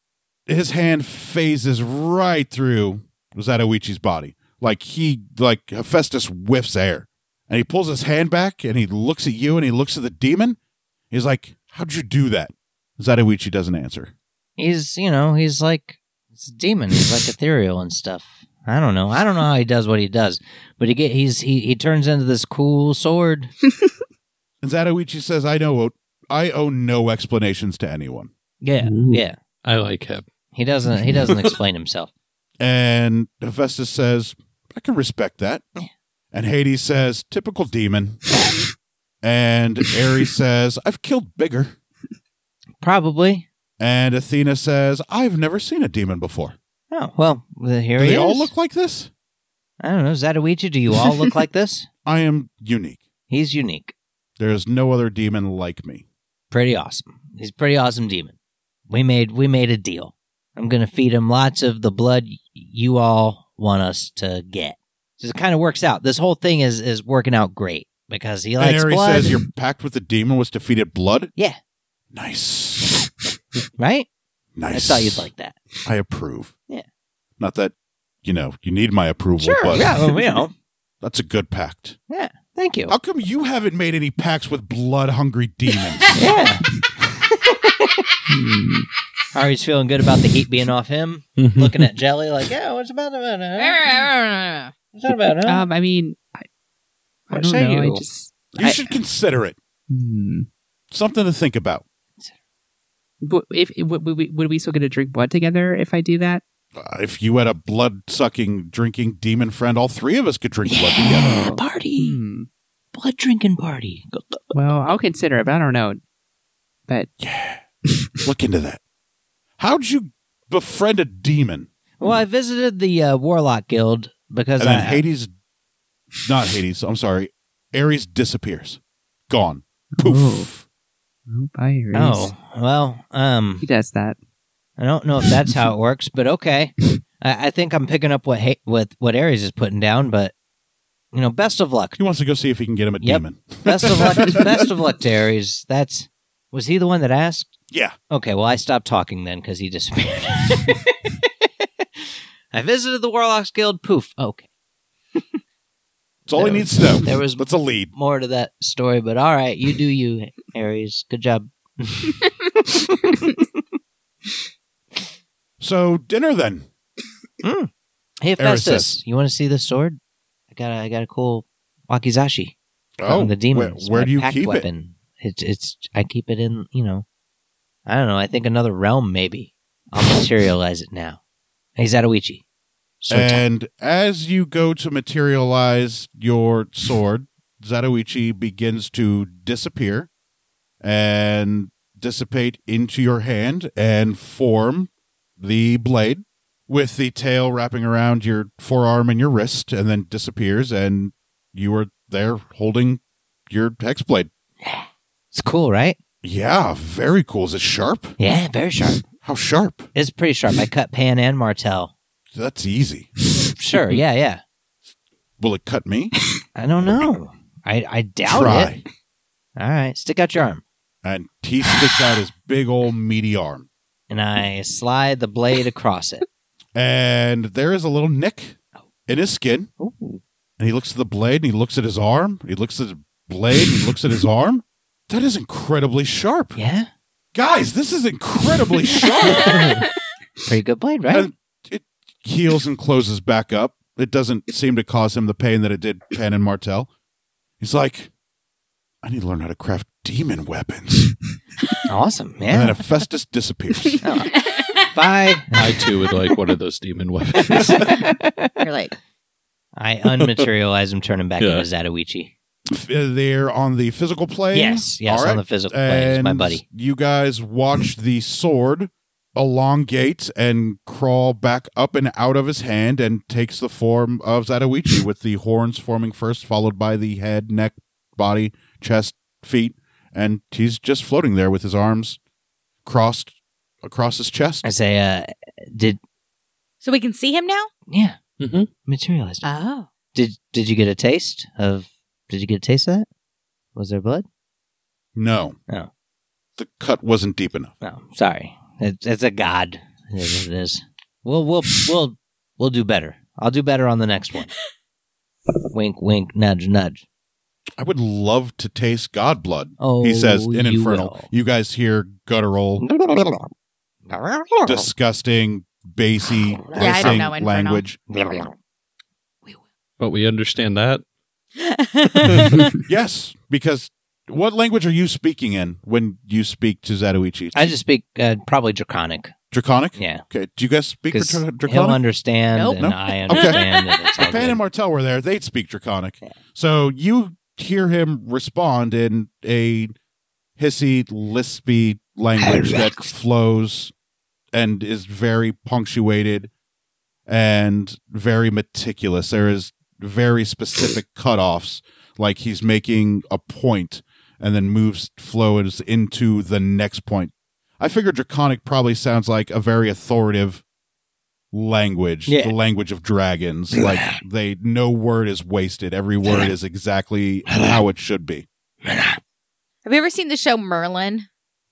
his hand phases right through Zatoichi's body. Like he like Hephaestus whiffs air. And he pulls his hand back and he looks at you and he looks at the demon. He's like, How'd you do that? Zatoichi doesn't answer. He's, you know, he's like, he's a demon. He's like ethereal and stuff. I don't know. I don't know how he does what he does, but he get he's he, he turns into this cool sword. And Zatoichi says, I know I owe no explanations to anyone. Yeah, Ooh. yeah. I like him. He doesn't he doesn't explain himself. And Hephaestus says, I can respect that. And Hades says, typical demon. and Ares says, I've killed bigger. Probably. And Athena says, I've never seen a demon before. Oh well, here Do he they is. all look like this? I don't know, Zatoichi. Do you all look like this? I am unique. He's unique. There is no other demon like me. Pretty awesome. He's a pretty awesome demon. We made we made a deal. I'm gonna feed him lots of the blood y- you all want us to get. So it kind of works out. This whole thing is is working out great because he likes and Ares blood, says, Your pact with the demon was to feed it blood? Yeah. Nice. right? I Nice. thought you'd like that. I approve. Yeah. Not that, you know, you need my approval, but yeah, well, you know. that's a good pact. Thank you. How come you haven't made any pacts with blood hungry demons? Yeah. Hmm. Ari's feeling good about the heat being off him. Looking at Jelly like, yeah, what's about about huh? What's that about huh? Um, I mean, I, I uh, What don't say know. you? I just. You I- should consider it. Hmm. Something to think about. But if would would we, would we still get to drink blood together if I do that? Uh, if you had a blood sucking, drinking demon friend, all three of us could drink blood together. party. Hmm. Blood drinking party. Well, I'll consider it, but I don't know. But Look into that. How'd you befriend a demon? Well, I visited the uh, Warlock Guild because And then I, Hades, not Hades, I'm sorry, Ares disappears. Gone. Poof. oh, bye, Ares. Oh, well, um, he does that. I don't know if that's how it works, but okay. I, I think I'm picking up what ha- what what Aries is putting down, but you know, best of luck, He wants to go see if he can get him a Yep. demon. best of luck, best of luck to Aries. That's was he the one that asked? Yeah. Okay, well, I stopped talking then because he disappeared. I visited the Warlocks Guild. Poof. Okay, That's all he There needs to know. there was- That's a lead. more to that story, but all right, you do you, Aries. Good job. So, dinner then. Hey, Ares Festus, you want to see this sword? I got a, I got a cool wakizashi from the Oh, demon. where, It's where my do you pack keep it? weapon. It's it's I keep it in you know, I don't know. I think another realm maybe. I'll materialize it now. Hey, Zatoichi. Sword time. And as you go to materialize your sword, Zatoichi begins to disappear and dissipate into your hand and form the blade with the tail wrapping around your forearm and your wrist and then disappears and you are there holding your hex blade. It's cool, right? Yeah, very cool. Is it sharp? Yeah, very sharp. How sharp? It's pretty sharp. I cut Pan and Martel. That's easy. Sure, yeah, yeah. Will it cut me? I don't know. I I doubt Try. it. All right, stick out your arm, And he sticks out his big old meaty arm. and I slide the blade across it. and there is a little nick in his skin. Ooh. And he looks at the blade and he looks at his arm. He looks at his blade and he looks at his arm. That is incredibly sharp. Yeah. Guys, this is incredibly sharp. Pretty good blade, right? And it heals and closes back up. It doesn't seem to cause him the pain that it did Pan and Martel. He's like, I need to learn how to craft demon weapons. awesome, And then man. Hephaestus disappears. Bye. I too would like one of those demon weapons. You're like, I unmaterialize him, turn him back Yeah. into Zatoichi. F- They're on the physical plane. Yes, yes, All on right. the physical plane. He's my And buddy. You guys watch the sword elongate and crawl back up and out of his hand and takes the form of Zatoichi with the horns forming first, followed by the head, neck, body, chest, feet, and he's just floating there with his arms crossed across his chest. I say, uh, did so we can see him now? yeah, Mhm. materialized. Oh. Did did you get a taste of? Did you get a taste of that? Was there blood? No. Oh. The cut wasn't deep enough. No, sorry. It's, it's a god. It is. It is. We'll we'll we'll we'll do better. I'll do better on the next one. wink, wink, nudge, nudge. I would love to taste god blood. Oh, He says in you Infernal. will. You guys hear guttural disgusting, bassy, Yeah, I don't hissing know Inferno. language. but we understand that. Yes, because what language are you speaking in when you speak to Zatoichi? I just speak uh, probably draconic. Draconic. Yeah, Okay. Do you guys speak because Dra- he'll Draconic? understand Nope. and Nope. I understand. and it's all Pan and good. Martel were there. They'd speak Draconic. Yeah. So you hear him respond in a hissy, lispy language that flows and is very punctuated and very meticulous. There is very specific cutoffs, like he's making a point and then moves flows into the next point. I figure Draconic probably sounds like a very authoritative language, Yeah. the language of dragons. like they no word is wasted. Every word is exactly how it should be. Have you ever seen the show Merlin?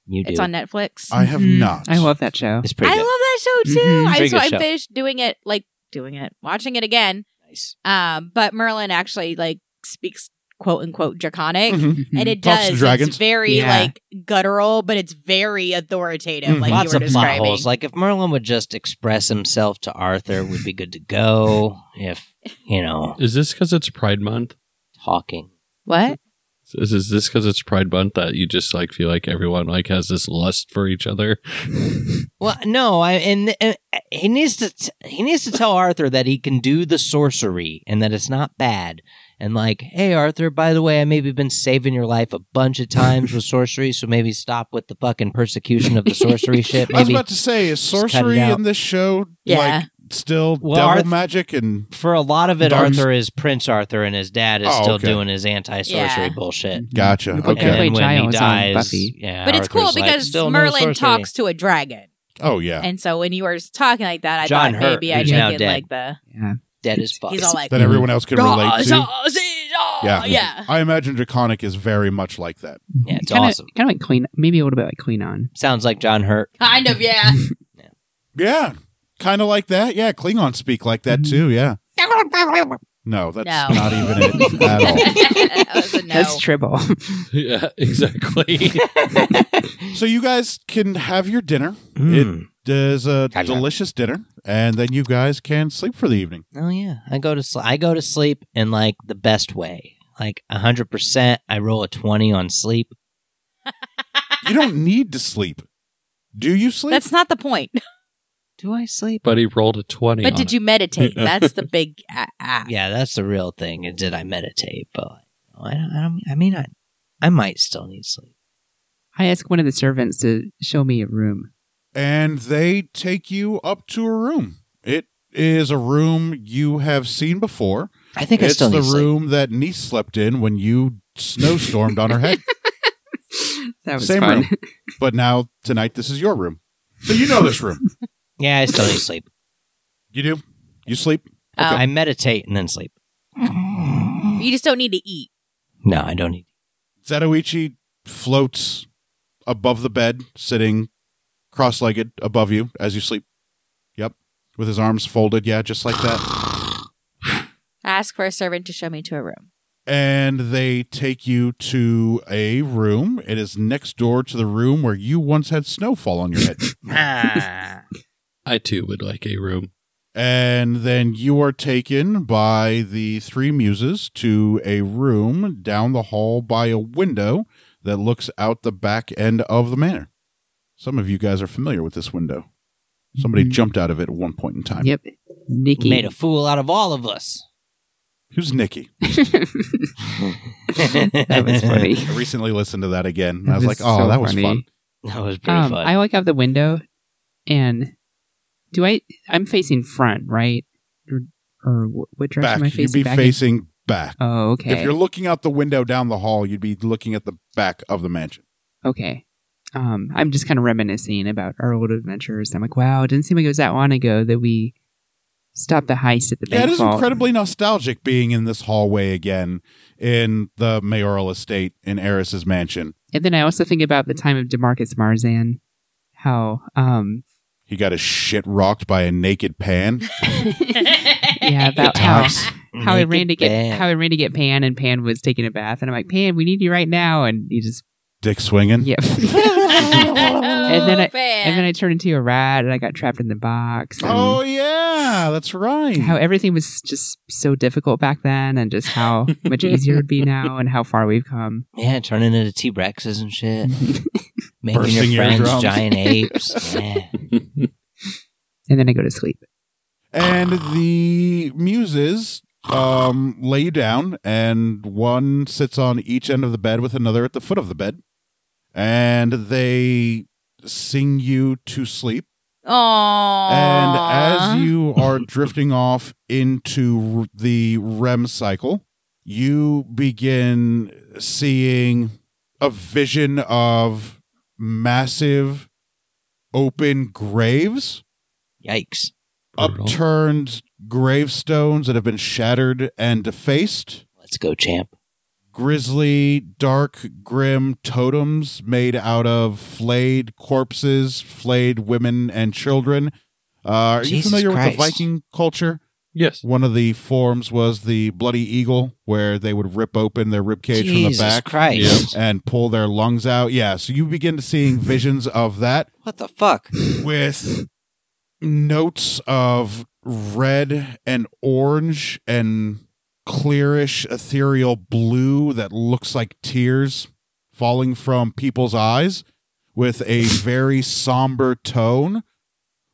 You do. It's on Netflix. I have Mm-hmm. Mhm. not. I love that show. It's pretty I good. love that show Mm-hmm. too. Mhm. I, Pretty so good I show. finished doing it, like doing it, watching it again. nice. Um, but Merlin actually like speaks quote unquote draconic. Mhm. Mm-hmm. And it Talks to does. dragons. It's very Yeah. like guttural, but it's very authoritative, Mhm. like Mm-hmm. Lots you of were plot describing. holes. Like if Merlin would just express himself to Arthur, we'd be good to go. If you know, Is this because it's Pride Month? talking. what? Is, is this because it's Pride Month that you just like feel like everyone like has this lust for each other? Well, no, I and, and he needs to t- he needs to tell Arthur that he can do the sorcery and that it's not bad. And like, hey Arthur, by the way, I maybe been saving your life a bunch of times with sorcery, so maybe stop with the fucking persecution of the sorcery shit. I was Maybe about to say, is cut it sorcery out. in this show Yeah. like still Well, devil Arth- magic and for a lot of it, Dark- Arthur is Prince Arthur, and his dad is Oh, still okay. doing his anti-sorcery Yeah. bullshit. gotcha? Look Okay. at Mm-hmm. And Wait, when he Giles on dies, Buffy. yeah, But it's cool Arthur's like, because "Still no Merlin sorcery." talks to a dragon. Oh yeah. And so when you were talking like that, I John thought Hurt, maybe I who's would now make it dead. like the Yeah. Dead as fuck. he's all like that everyone else can relate to. "Ah, see, ah," Yeah. yeah. I imagine Draconic is very much like that. yeah, it's kinda, awesome. Kind of like clean, maybe a little bit like clean on. Sounds like John Hurt. Kind of, yeah. Yeah, kind of like that. Yeah, Klingon speak like that Mhm. too. Yeah. Hmm. No, that's No. not even it at all. that was a no. That's Tribble. yeah, exactly. So you guys can have your dinner. Mm. There's a Gotcha. delicious dinner, and then you guys can sleep for the evening. Oh yeah, I go to sl- I go to sleep in like the best way, like hundred percent. I roll a twenty on sleep. You don't need to sleep. Do you sleep? That's not the point. Do I sleep? but he rolled a twenty. But on did it. you meditate? That's the big uh, uh. Yeah, that's the real thing. And did I meditate? But I don't. I, don't, I mean, I, I might still need sleep. I ask one of the servants to show me a room. and they take you up to a room. It is a room you have seen before. I think I it's still the need sleep. room that Niece slept in when you snowstormed on her head. That was Same fun. room. But now tonight, this is your room. So you know this room. Yeah, I still need sleep. You do. You sleep. Oh, I meditate and then sleep. Um, You just don't need to eat. No, I don't need. Zatoichi floats above the bed, sitting cross-legged above you as you sleep. Yep, with his arms folded. Yeah, just like that. ask for a servant to show me to a room. and they take you to a room. It is next door to the room where you once had snowfall on your head. Ah. I too would like a room. and then you are taken by the three muses to a room down the hall by a window that looks out the back end of the manor. Some of you guys are familiar with this window. Somebody Mhm. jumped out of it at one point in time. Yep. Nikki. Made a fool out of all of us. Who's Nikki? that was funny. I recently listened to that again. and I That was like, is oh, so that was funny. fun. That was pretty Um, fun. I look out the window and do I, I'm facing front, right? Or, or wh- what direction Back. am I You'd facing? be back in? facing back. Oh, okay. If you're looking out the window down the hall, you'd be looking at the back of the mansion. okay. Um, I'm just kind of reminiscing about our old adventures. I'm like, wow, it didn't seem like it was that long ago that we stopped the heist at the Yeah, bank it is vault. incredibly nostalgic being in this hallway again in the mayoral estate in Eris's mansion. And then I also think about the time of Demarcus Marzan, how um, He got his shit rocked by a naked pan. yeah, about how times. how it ran to Naked get band. how it ran to get Pan, and Pan was taking a bath, and I'm like, Pan, we need you right now, and he just Dick swinging. yep. and then I- man. and then I turned into a rat, and I got trapped in the box. and Oh, yeah. That's right. How everything was just so difficult back then, and just how much easier it'd be now, and how far we've come. yeah, turning into T Rexes and shit. Making Bursting your friends eardrums. giant apes. Yeah. And then I go to sleep. and the muses um, lay down, and one sits on each end of the bed with another at the foot of the bed. And they sing you to sleep. Aww. And as you are drifting off into r- the REM cycle, you begin seeing a vision of massive open graves, Yikes. Brutal. upturned gravestones that have been shattered and defaced, Let's go, champ. grisly, dark, grim totems made out of flayed corpses, flayed women and children. Uh, are you Jesus familiar with Christ. the Viking culture? Yes. One of the forms was the Bloody Eagle, where they would rip open their rib cage from the Jesus back Christ. and pull their lungs out. Yeah, so you begin to seeing visions of that What the fuck? with notes of red and orange and clearish ethereal blue that looks like tears falling from people's eyes with a very somber tone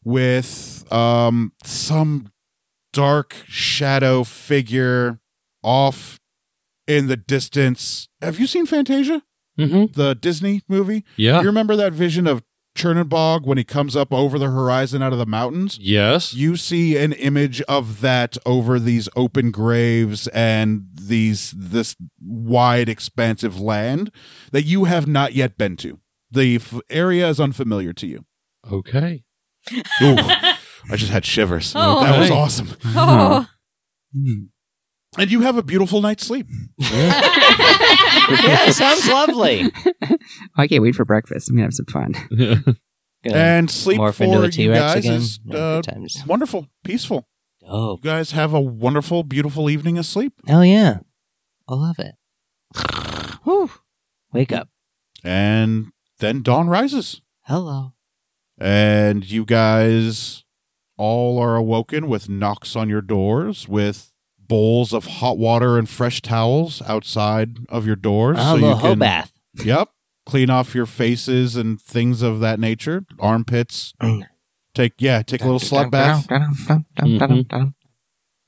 with um some dark shadow figure off in the distance have you seen fantasia Mm-hmm. the disney movie Yeah. you remember that vision of Chernobog when he comes up over the horizon out of the mountains? yes. You see an image of that over these open graves and these this wide expansive land that you have not yet been to. The f- area is unfamiliar to you. Okay. Ooh, I just had shivers. Oh. That was Okay. awesome. oh. And you have a beautiful night's sleep. yeah, sounds lovely. I can't wait for breakfast. I'm gonna have some fun. Gonna And sleep morph into for a you T Rex guys again. is No, uh, good times. wonderful, peaceful. Dope. You guys have a wonderful, beautiful evening of sleep. Hell yeah. I love it. Whew. Wake up. And then dawn rises. Hello. and you guys all are awoken with knocks on your doors with bowls of hot water and fresh towels outside of your doors Oh, you little Hobath. yep clean off your faces and things of that nature armpits Mm. take yeah take a little slap bath Mhm.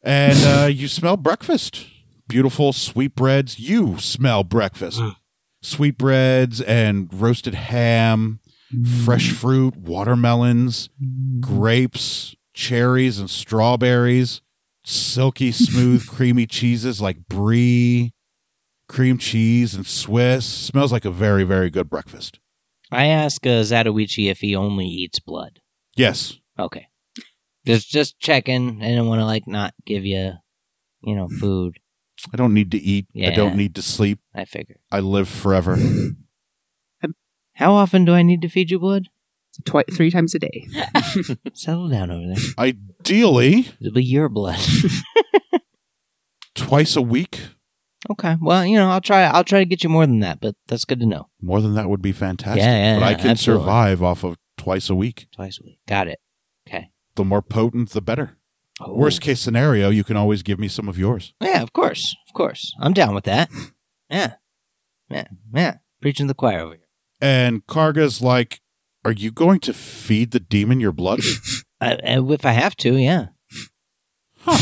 and uh, you smell breakfast beautiful sweetbreads you smell breakfast Mm. sweetbreads and roasted ham fresh Mm. fruit watermelons grapes, cherries, and strawberries, silky smooth, creamy cheeses like brie, cream cheese, and Swiss. Smells like a very, very good breakfast. I ask uh, Zatoichi if he only eats blood. Yes. Okay. Just just checking. I didn't want to like not give you, you know, food. I don't need to eat. I Yeah. don't need to sleep. I figure. I live forever. How often do I need to feed you blood? Twi- three times a day. Settle down over there. Ideally, It'll be your blood. twice a week. Okay. Well, you know, I'll try. I'll try to get you more than that, but that's good to know. More than that would be fantastic. Yeah, yeah, but I yeah, can absolutely. survive off of twice a week. Twice a week. Got it. Okay. The more potent, the better. Oh. Worst case scenario, you can always give me some of yours. Yeah, of course, of course. I'm down with that. Yeah, yeah, yeah. Preaching to the choir over here. And Karga's like, Are you going to feed the demon your blood? I, I, if I have to, yeah. Do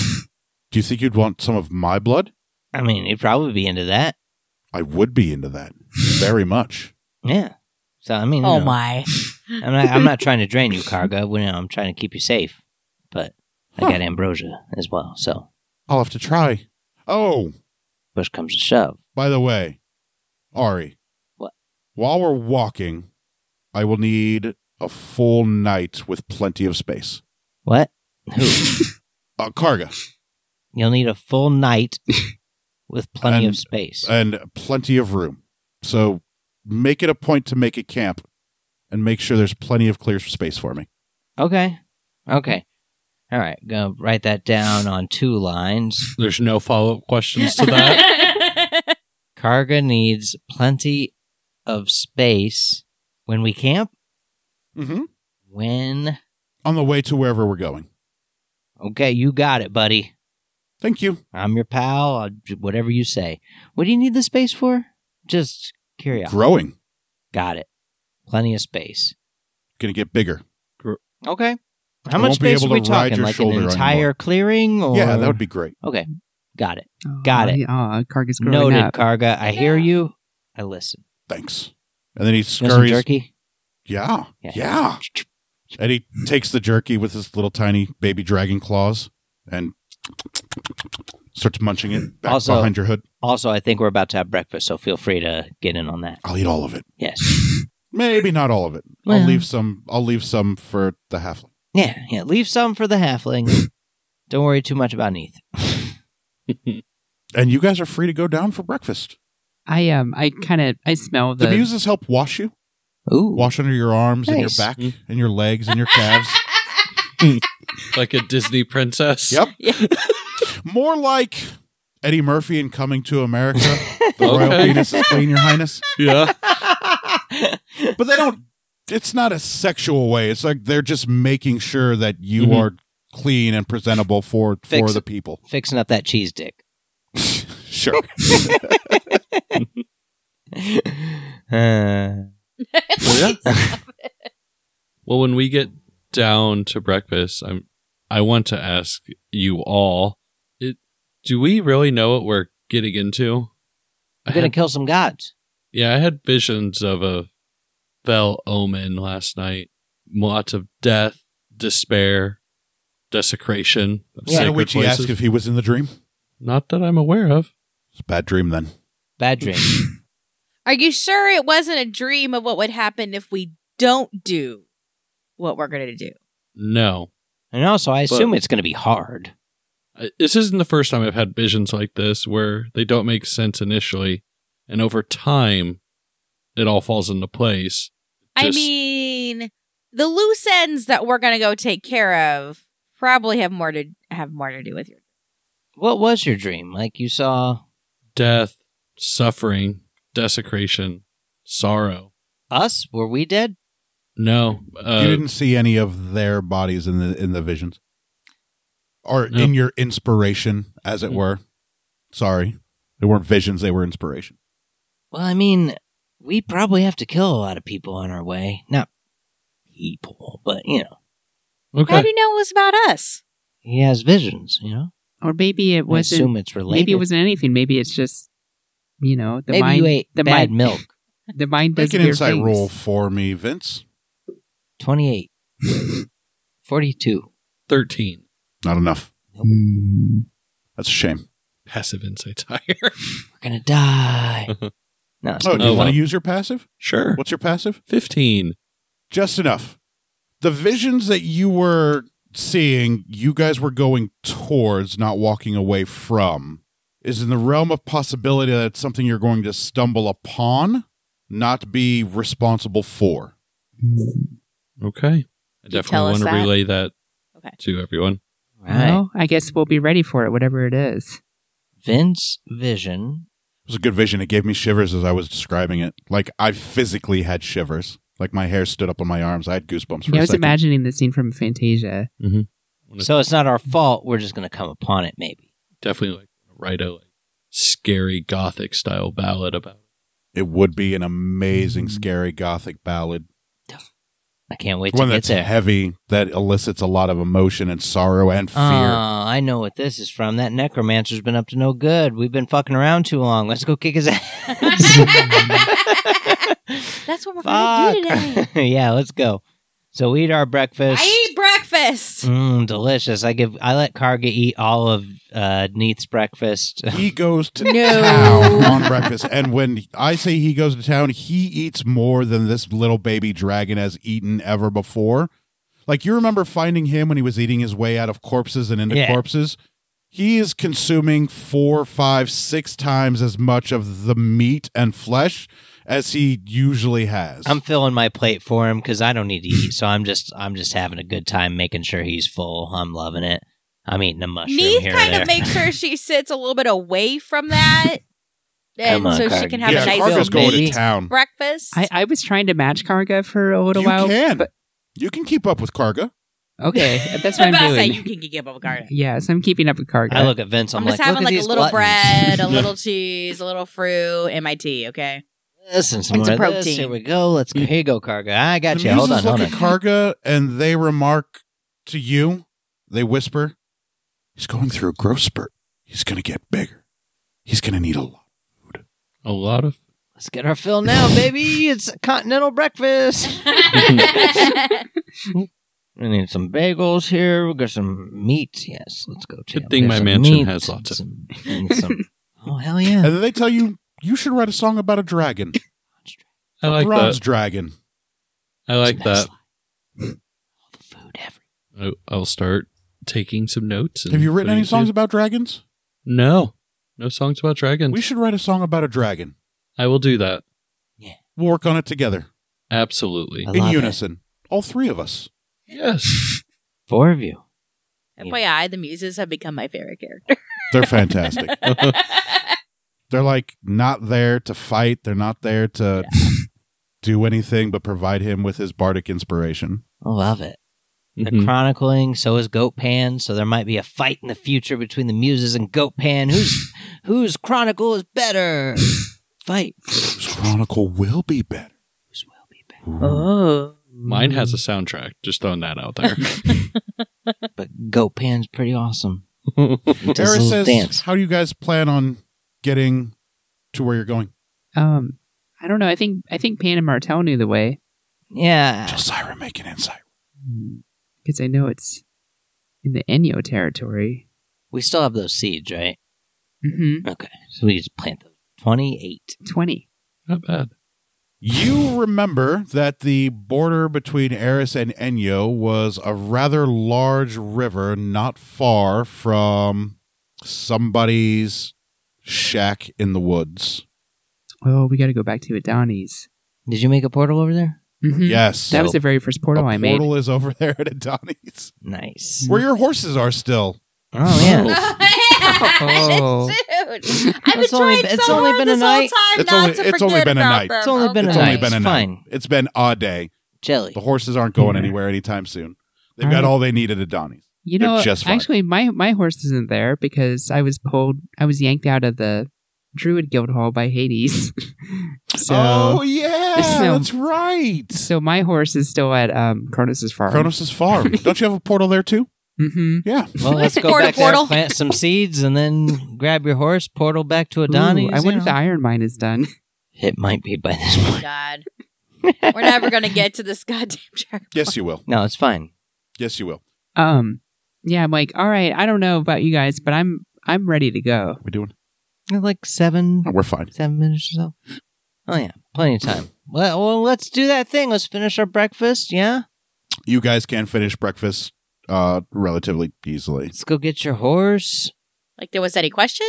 you think you'd want some of my blood? I mean, he'd probably be into that. I would be into that very much. Yeah. So I mean, you Oh know, my. I'm not, I'm not trying to drain you, Cargo. You know, I'm trying to keep you safe, but Huh. I got ambrosia as well. So I'll have to try. Oh, push comes to shove. by the way, Ari. What? While we're walking, I will need a full night with plenty of space. What? Who? Uh, Karga. You'll need a full night with plenty And- uh, of space. and plenty of room. So make it a point to make a camp and make sure there's plenty of clear space for me. okay. Okay. All right. Gonna write that down on two lines. There's no follow up questions to that. Karga needs plenty of space when we camp. Mm-hmm. When On the way to wherever we're going. okay, you got it, buddy. Thank you. I'm your pal. I'll, j- whatever you say. What do you need the space for? Just curious. Growing. got it. Plenty of space. Gonna get bigger. Okay. I How much won't be space able are we to ride talking? your Like an shoulder entire anymore. clearing? Or... Yeah, that would be great. okay. Got it. Aw, Got it. he- aw, Karga's Oh, growing Noted, up. Karga. I hear you. I listen. Thanks. And then he You want some scurries. jerky? Yeah, yeah. Yeah. And he takes the jerky with his little tiny baby dragon claws and starts munching it back Also- behind your hood. Also, I think we're about to have breakfast, so feel free to get in on that. I'll eat all of it. Yes. Maybe not all of it. I'll Well. leave some I'll leave some for the halfling. Yeah, yeah. Leave some for the halfling. Don't worry too much about Neith. And you guys are free to go down for breakfast. I um, I kind of I smell The, the. muses help wash you, Ooh. wash under your arms and your Nice. Mm. back and your legs and your calves. like a Disney princess. Yep. Yeah. More like Eddie Murphy in Coming to America. The royal Okay. penis is clean, your highness. Yeah. But they don't. It's not a sexual way. It's like they're just making sure that you Mhm. are clean and presentable for Fix for it. the people. Fixing up that cheese dick. Sure. Uh, Oh, Well, when we get down to breakfast, I'm I want to ask you all, it, do we really know what we're getting into? I I'm gonna had- kill some gods. yeah, I had visions of a fell omen last night. Lots of death, despair, desecration of yeah. sacred Which he places. asked if he was in the dream. Not that I'm aware of. It's a bad dream then. Bad dream. Are you sure it wasn't a dream of what would happen if we don't do what we're going to do? No. and also, I assume it's gonna be hard. I- this isn't the first time I've had visions like this where they don't make sense initially, and over time, it all falls into place. I Just- mean, the loose ends that we're going to go take care of probably have more to have more to do with your What was your dream? Like you saw death, suffering, desecration, sorrow. us? Were we dead? No, you uh, didn't see any of their bodies in the in the visions or No. Mm. in your inspiration as it were sorry they weren't visions they were inspiration Well, I mean, we probably have to kill a lot of people on our way. Not people, but you know, How do okay. you know it was about us? he has visions. You know, or maybe it I wasn't. assume it's related. Maybe it wasn't anything. Maybe it's just, you know, the Maybe mind. you ate the bad mind. milk. The mind does make an weird insight things. roll for me vince 28. 42. 13. not enough Hmm. that's a shame Passive insights higher. We're going to die. no, it's oh not do you Oh, want well. to use your passive sure. what's your passive 15. just enough the visions that you were seeing you guys were going towards not walking away from is in the realm of possibility that it's something you're going to stumble upon not be responsible for Okay. I you definitely tell us want to that? relay that Okay. to everyone. Right. Well, I guess we'll be ready for it, whatever it is. Vince Vision. It was a good vision. It gave me shivers as I was describing it. Like I physically had shivers. Like my hair stood up on my arms. I had goosebumps for Yeah, I a was second. imagining the scene from Fantasia. So it's not our fault. We're just going to come upon it, maybe. definitely like write a like, scary gothic style ballad about it. it would be an amazing, scary gothic ballad. I can't wait One to get that's there. heavy, that elicits a lot of emotion and sorrow and fear. Ah, I know what this is from. That necromancer's been up to no good. We've been fucking around too long. Let's go kick his ass. That's what we're going to do today. Fuck. yeah, let's go. So we eat our breakfast. I eat breakfast. Mmm, delicious. I give. I let Karga eat all of uh, Neith's breakfast. he goes to No. town on breakfast. And when I say he goes to town, he eats more than this little baby dragon has eaten ever before. Like you remember finding him when he was eating his way out of corpses and into Yeah. corpses? He is consuming four, five, six times as much of the meat and flesh as he usually has. I'm filling my plate for him because I don't need to eat. So I'm just. I'm just having a good time making sure he's full. I'm loving it. I'm eating a mushroom Neith here or kind there. of makes sure she sits a little bit away from that. and Come on, so she Carg. can have yeah, a nice Cargo's little Carga's going baby. to town. breakfast. I, I was trying to match Karga for a little You while. can. but- You can keep up with Karga. okay, that's what about I'm to say doing. you can give up a garden. yeah, so I'm keeping up with Karga. I look at Vince. I'm, I'm, like, just having look at like a these little gluttons." bread, a little cheese, a little fruit, and my tea. Okay. This and some And more some of this. protein. Here we go. Let's go. Here you go, Karga. I got you. The Hold on, muses hold on. look at Karga and they remark to you, they whisper, he's going through a growth spurt. He's going to get bigger. He's going to need a lot. A lot of Let's get our fill now, baby. It's a continental breakfast. We need some bagels here. We got some meat. Yes, let's go. Tim. Good thing There's my some mansion meat has and lots of- some- and some- oh hell yeah! And then they tell you, you should write a song about a dragon. I like Bronze that. dragon. I like Smells that. like All the food everywhere. I, I'll start taking some notes. and Have you written putting any it songs to- about dragons? No, no songs about dragons. We should write a song about a dragon. I will do that. We'll work on it together Absolutely. I in love it. unison. All three of us. Yes. Four of you. FYI, the muses have become my favorite character. They're fantastic. They're like not there to fight, they're not there to do anything but provide him with his bardic inspiration. I love it. They're Mhm. chronicling. So is Goat Pan. So there might be a fight in the future between the muses and Goat Pan. Who's whose chronicle is better? Fight. Whose chronicle will be better. Whose will be better? Ooh. oh. Mine has a soundtrack. Just throwing that out there. But Goat Pan's pretty awesome. He does a Eris little says, dance. "How do you guys plan on getting to where you're going?" um, I don't know. I think I think Pan and Martel knew the way Yeah. Jelsira make an insight. because I know it's in the Enyo territory. We still have those seeds, right? hmm Okay. So we just plant those. 28. Twenty. Not bad. You remember that the border between Eris and Enyo was a rather large river not far from somebody's shack in the woods. Oh, we got to go back to Adonis. Did you make a portal over there? Mhm. Yes. that was the very first portal a I made. portal is over there at Adonis, Nice. where your horses are still. Oh, yeah. Oh. Dude, I've It's been only- trying it's so only hard been a this night. whole time It's not only- to it's only forget been a about Oh night. them. It's only been a It's Okay. only night. been a It's night. fine. It's been a day. Jelly. The horses aren't going Yeah. anywhere anytime soon. They've All got right. all they need at Adonis. You They're know, just fine. actually, my my horse isn't there because I was pulled. I was yanked out of the Druid Guild Hall by Hades. so, oh yeah, so- that's right. so my horse is still at um Cronus's farm. Kronos' farm. Don't you have a portal there too? Mm-hmm. Yeah. Well, let's go Portal, back there, portal. plant some seeds, and then grab your horse, portal back to Adonis. I you wonder if know. the iron mine is done. It might be by this point. God. We're never going to get to this goddamn track. Yes, you will. No, it's fine. Yes, you will. Um, yeah, I'm like, all right, I don't know about you guys, but I'm I'm ready to go. We're doing. Like seven, We're fine. seven minutes or so. Oh yeah, plenty of time. Well, well, let's do that thing. Let's finish our breakfast. Yeah, You guys can finish breakfast uh relatively easily. let's go get your horse. Like, there was any question?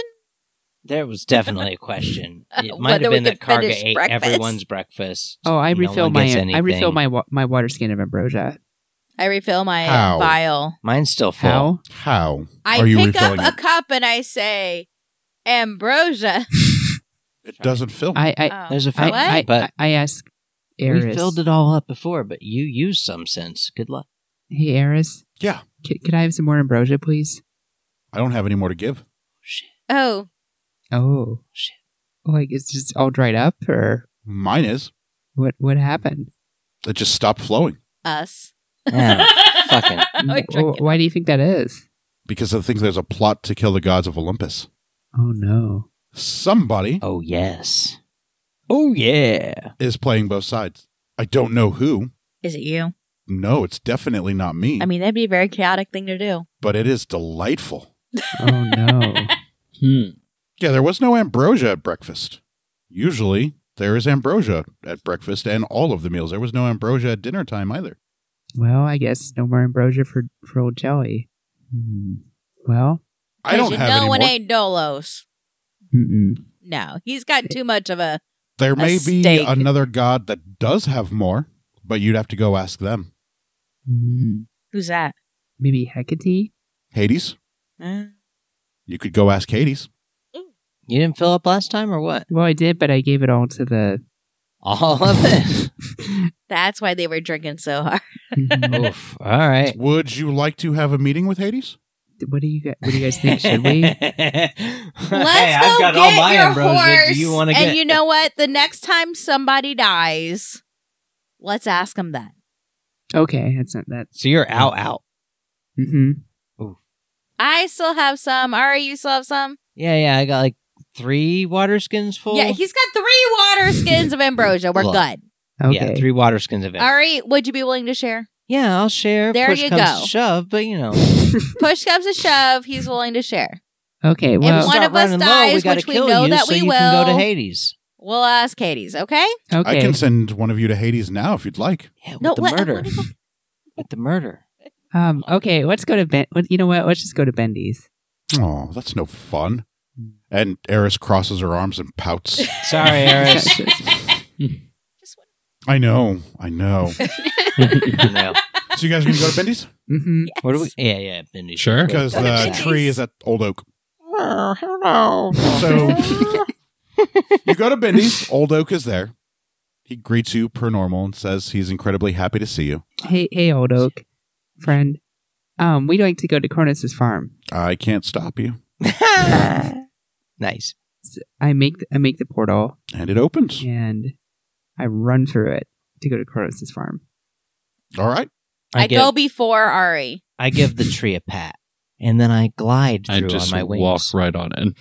There was definitely a question. It might Whether have we been that could Karga finish ate breakfast. everyone's breakfast. Oh, I No one refill my gets I anything. refill my wa- my water skin of ambrosia. I refill my How? vial. Mine's still full. How? How I are you pick up refilling a it? cup and I say, ambrosia. It doesn't fill. I I Oh. There's a I, fountain, What? I, but I, I ask Eris. we filled it all up before. But you used some sense. Good luck. Hey Eris. Yeah. C- could I have some more ambrosia, please? I don't have any more to give. Oh, Oh Shit. Like it's just all dried up, or Mine is. what? What happened? It just stopped flowing us. Ah, fucking. We're Wh- drinking. why do you think that is? because I think there's a plot to kill the gods of Olympus. Oh no. Somebody Oh yes. Oh yeah. is playing both sides. I don't know who. Is it you? No, it's definitely not me. I mean, that'd be a very chaotic thing to do. but it is delightful. Oh no. Hmm. Yeah, there was no ambrosia at breakfast. Usually there is ambrosia at breakfast and all of the meals. There was no ambrosia at dinner time either. well, I guess no more ambrosia for for old Joey. Hmm. Well. I 'Cause don't you have know any more. it ain't Dolos. Mm-mm. No, he's got too much of a. There may be steak. another god that does have more, but you'd have to go ask them. Mm. Who's that? Maybe Hecate. Hades? You could go ask Hades. You didn't fill up last time or what? Well, I did, but I gave it all to the. All of it. That's why they were drinking so hard. Mhm. Oof. All right. Would you like to have a meeting with Hades? what do you guys? What do you guys think? Should we? Let's Let's go I've got get all my your ambrosia. horse. Do you want to and get? you know what? The next time somebody dies, let's ask him that. Okay, that's not that. so you're out, out. hmm I still have some. Ari, you still have some? Yeah, yeah. I got like three water skins full. Yeah, he's got three water skins of ambrosia. We're Look. good. Okay. Yeah, three water skins of it. Ari, would you be willing to share? Yeah, I'll share. There Push you comes go. to shove, but you know, Push comes to shove, he's willing to share. Okay. If Well. one start of us running low, dies, we gotta which we kill know you, that so we you Can go will. to Hades. We'll ask Hades, okay? okay. I can send one of you to Hades now if you'd like. Yeah, with No, the what- I murder. wanna go- with the murder. Um. Okay. Let's go to Ben. let- You know what? Let's just go to Bendy's. Oh, that's no fun. And Eris crosses her arms and pouts. Sorry, Eris. I know, I know. no. So you guys are gonna go to Bendy's hmm What do we? Yeah, yeah. Bendy's Sure. because Go to the Bendy's. tree is at Old Oak. Hello. So you go to Bendy's. Old Oak is there. He greets you per normal and says he's incredibly happy to see you. Hey, hey, old oak friend. Um, we'd like to go to Cronus's farm. I can't stop you, Uh. nice. I make the, I make the portal and it opens. and I run through it to go to Cronus's farm. All right. I, give, go before Ari. I give the tree a pat, and then I glide I through just on my wings. walk right on in.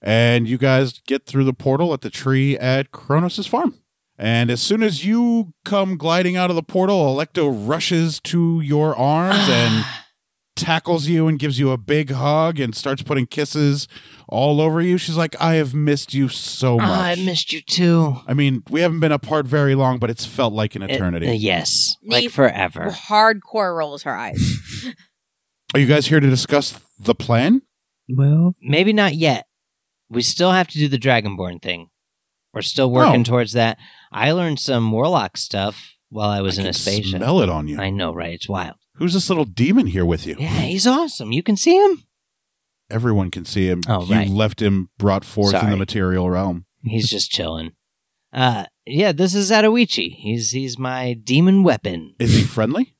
And you guys get through the portal at the tree at Kronos' farm. And as soon as you come gliding out of the portal, Electo rushes to your arms and tackles you and gives you a big hug and starts putting kisses all over you. She's like, I have missed you so much. Ah, I missed you too. I mean, we haven't been apart very long, but it's felt like an eternity. Uh, uh, yes, like Nate- forever. Hardcore rolls her eyes. Are you guys here to discuss the plan? Well, Maybe not yet. We still have to do the Dragonborn thing. We're still working Oh. towards that. I learned some warlock stuff while I was I in a can spaceship. Smell it on you. I know, right? It's wild. Who's this little demon here with you? Yeah, he's awesome. You can see him. Everyone can see him. Oh, you right. left him brought forth in the Sorry. material realm. He's just chilling. Uh, yeah, this is Adoichi. He's he's my demon weapon. Uh, Is he friendly?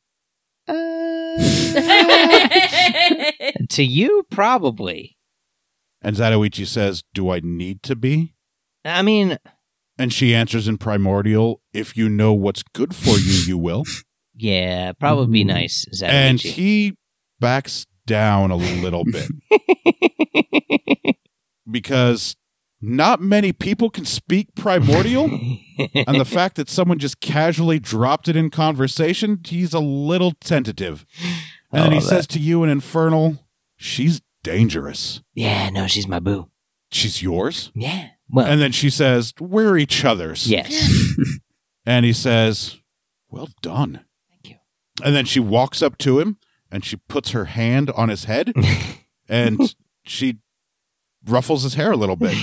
to you, probably. And Zatoichi says, Do I need to be? I mean, And she answers in primordial, If you know what's good for you, you will. yeah, probably Mhm. nice. Is Mm-hmm. and Adoichi. he backs down a little bit because not many people can speak primordial. and the fact that someone just casually dropped it in conversation, he's a little tentative. And then I he love says to you in Infernal, She's dangerous. yeah, no, she's my boo. She's yours? Yeah. Well, And then she says, We're each other's. yes. And he says, Well done. Thank you. And then she walks up to him and she puts her hand on his head and she ruffles his hair a little bit.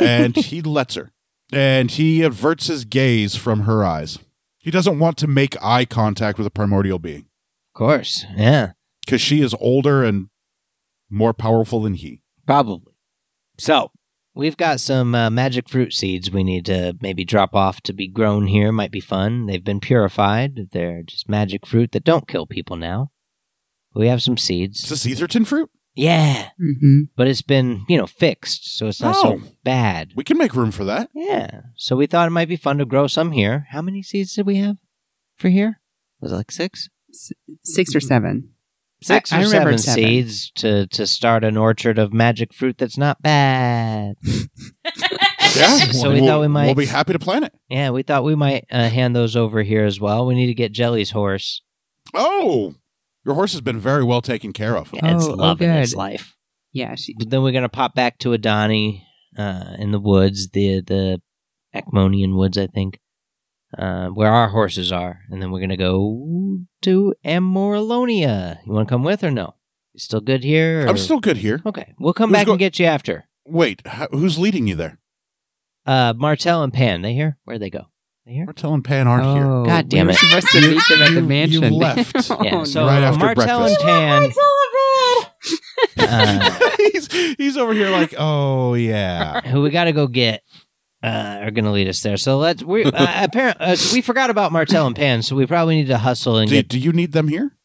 And he lets her. And he averts his gaze from her eyes. He doesn't want to make eye contact with a primordial being Of course. Yeah. because she is older and more powerful than he. Probably. So we've got some uh, magic fruit seeds we need to maybe drop off to be grown here. Might be fun. They've been purified. They're just magic fruit that don't kill people now. We have some Is seeds. this Etherton fruit? Yeah, Mm-hmm. but it's been you know fixed, so it's not so bad. We can make room for that. Yeah. So we thought it might be fun to grow some here. How many seeds did we have for here? Was it like six? Six or seven. Six I- I or remembered seven, seven. seeds to, to start an orchard of magic fruit that's not bad. Yeah. So we thought we might- We'll be happy to plant it. Yeah, we thought we might uh, hand those over here as well. We need to get Jelly's horse. Oh, your horse has been very well taken care of. Yeah, it's Oh, oh, loving its good. life. Yeah, she, But then we're gonna pop back to Adani uh, in the woods, the the Acmonian woods, I think, uh, where our horses are, and then we're gonna go to Amoralonia. You want to come with or no? You still good here? Or... I'm still good here. okay. We'll come Who's back go- and get you after. Wait, h- who's leading you there? Uh, Martel and Pan, they here? Where'd they go? They here? Martel and Pan aren't here. Oh, God damn we it. We're supposed to meet them at You- the you mansion. left. oh, yeah. So Right after Martel breakfast. and Pan. uh, he's, he's over here like, oh yeah. who we got to go get uh, are going to lead us there. So let's we uh, apparent uh, so we forgot about Martel and Pan, so we probably need to hustle and Do, get do you need them here?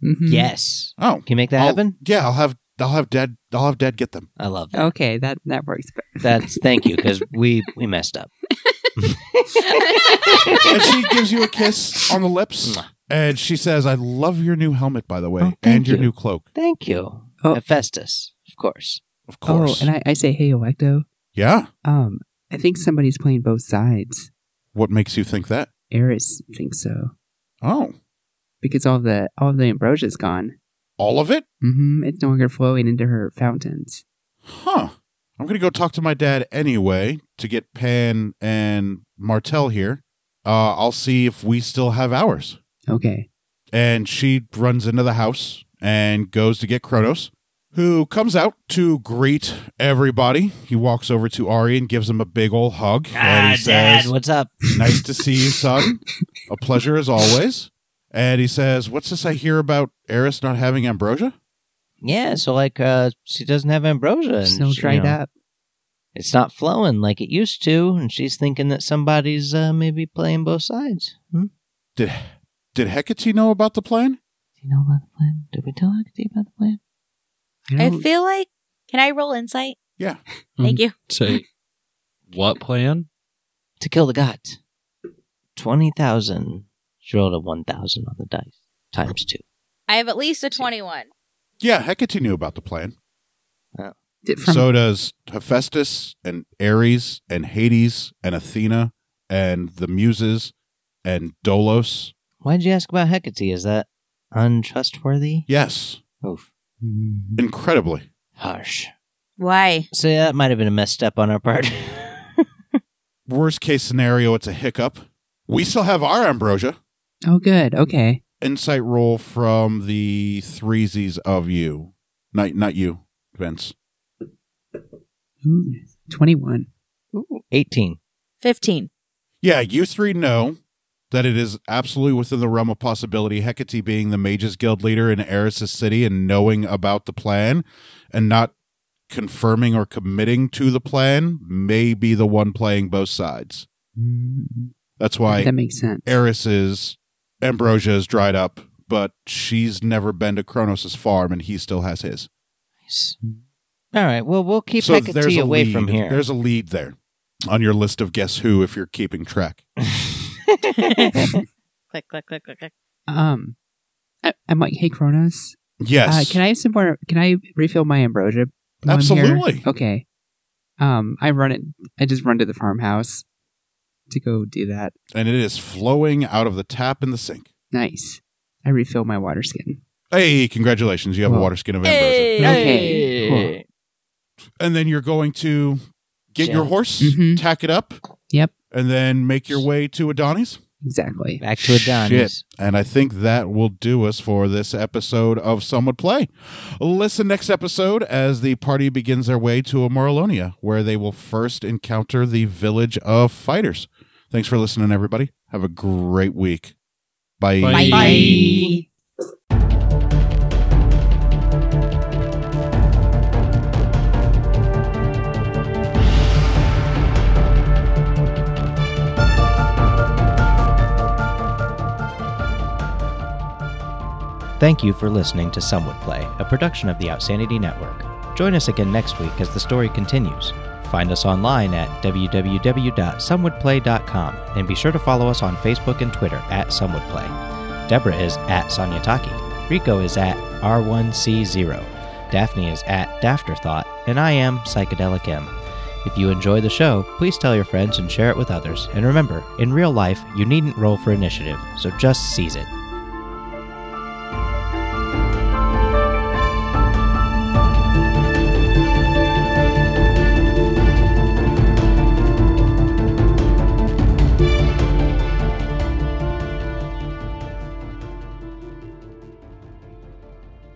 no. Mm. Mhm. yes. Oh, Can you make that I'll- happen? Yeah, I'll have I'll have dad I'll have dad get them. I love that. Okay, that that works. That's thank you because we we messed up. And she gives you a kiss on the lips, and she says, "I love your new helmet, by the way, Oh, thank and your you. new cloak, Thank you, Oh. Hephaestus, of course. of course." Oh, and I, I say, hey, Electo. yeah. Um, I think somebody's playing both sides. What makes you think that? Eris thinks so Oh, because all the all the ambrosia's gone. all of it? Mm-hmm. hmm It's no longer flowing into her fountains. Huh. I'm gonna go talk to my dad anyway to get Pan and Martel here. Uh, I'll see if we still have ours. Okay. and she runs into the house and goes to get Kronos, who comes out to greet everybody. He walks over to Ari and gives him a big old hug. and Ah, he Dad, says, what's up? Nice to see you, son. a pleasure as always. And he says, What's this I hear about Eris not having ambrosia? Yeah, so like uh, she doesn't have ambrosia. And Snow she- you dried know, up. It's not flowing like it used to, and she's thinking that somebody's uh, maybe playing both sides. Hmm? Did did Hecate know about the plan? Do you know about the plan? Did we tell Hecate about the plan? I don't- feel like. Can I roll insight? Yeah. Thank you. Say, what plan? to kill the gods. 20,000. She rolled a 1,000 on the dice. Times two. I have at least a 21. Yeah, Hecate knew about the plan. Did- from- so does Hephaestus and Ares and Hades and Athena and the Muses and Dolos. Why'd you ask about Hecate? Is that untrustworthy? Yes. Oof. Mhm. Incredibly. Harsh. Why? So yeah, that might have been a messed step on our part. Worst case scenario, it's a hiccup. We still have our ambrosia. oh, good. Okay. Insight roll from the three Z's of you. Not, not you, Vince. Ooh, Twenty-one. 18. 15. Yeah, you three know that it is absolutely within the realm of possibility. Hecate being the Mages Guild leader in Eris's city and knowing about the plan and not confirming or committing to the plan may be the one playing both sides. Mhm. That's Mm-hmm. why That makes sense. Eris's ambrosia is dried up, but she's never been to Kronos' farm, and he still has his. Nice. All right. Well, we'll keep So there's Hecate a away lead. from here. There's a lead there on your list of guess who, if you're keeping track. Click, click, click, click, click. Um, I, I'm like, hey, Kronos. Yes, Uh, can I have some more? Can I refill my ambrosia? while I'm here? absolutely. Okay. Um, I run it. I just run to the farmhouse to go do that. And it is flowing out of the tap in the sink. Nice. I refill my water skin. Hey, congratulations! You have a Wow. water skin of ambrosia, Okay. Cool. and then you're going to get your Yeah. horse, Mhm. tack it up. Yep. And then make your way to Adonis. Exactly. Back to Adonis. And I think that will do us for this episode of Some Would Play. Listen next episode as the party begins their way to Amoralonia, where they will first encounter the village of fighters. Thanks for listening, everybody. Have a great week. Bye. Bye. Bye. Thank you for listening to Some Would Play, a production of the Outsanity Network. Join us again next week as the story continues. Find us online at www.somewouldplay.com and be sure to follow us on Facebook and Twitter at Some Would Play. Deborah is at Sanyataki, Rico is at R1C0, Daphne is at Dafterthought, and I am Psychedelic M. If you enjoy the show, please tell your friends and share it with others. And remember, in real life, you needn't roll for initiative, so just seize it.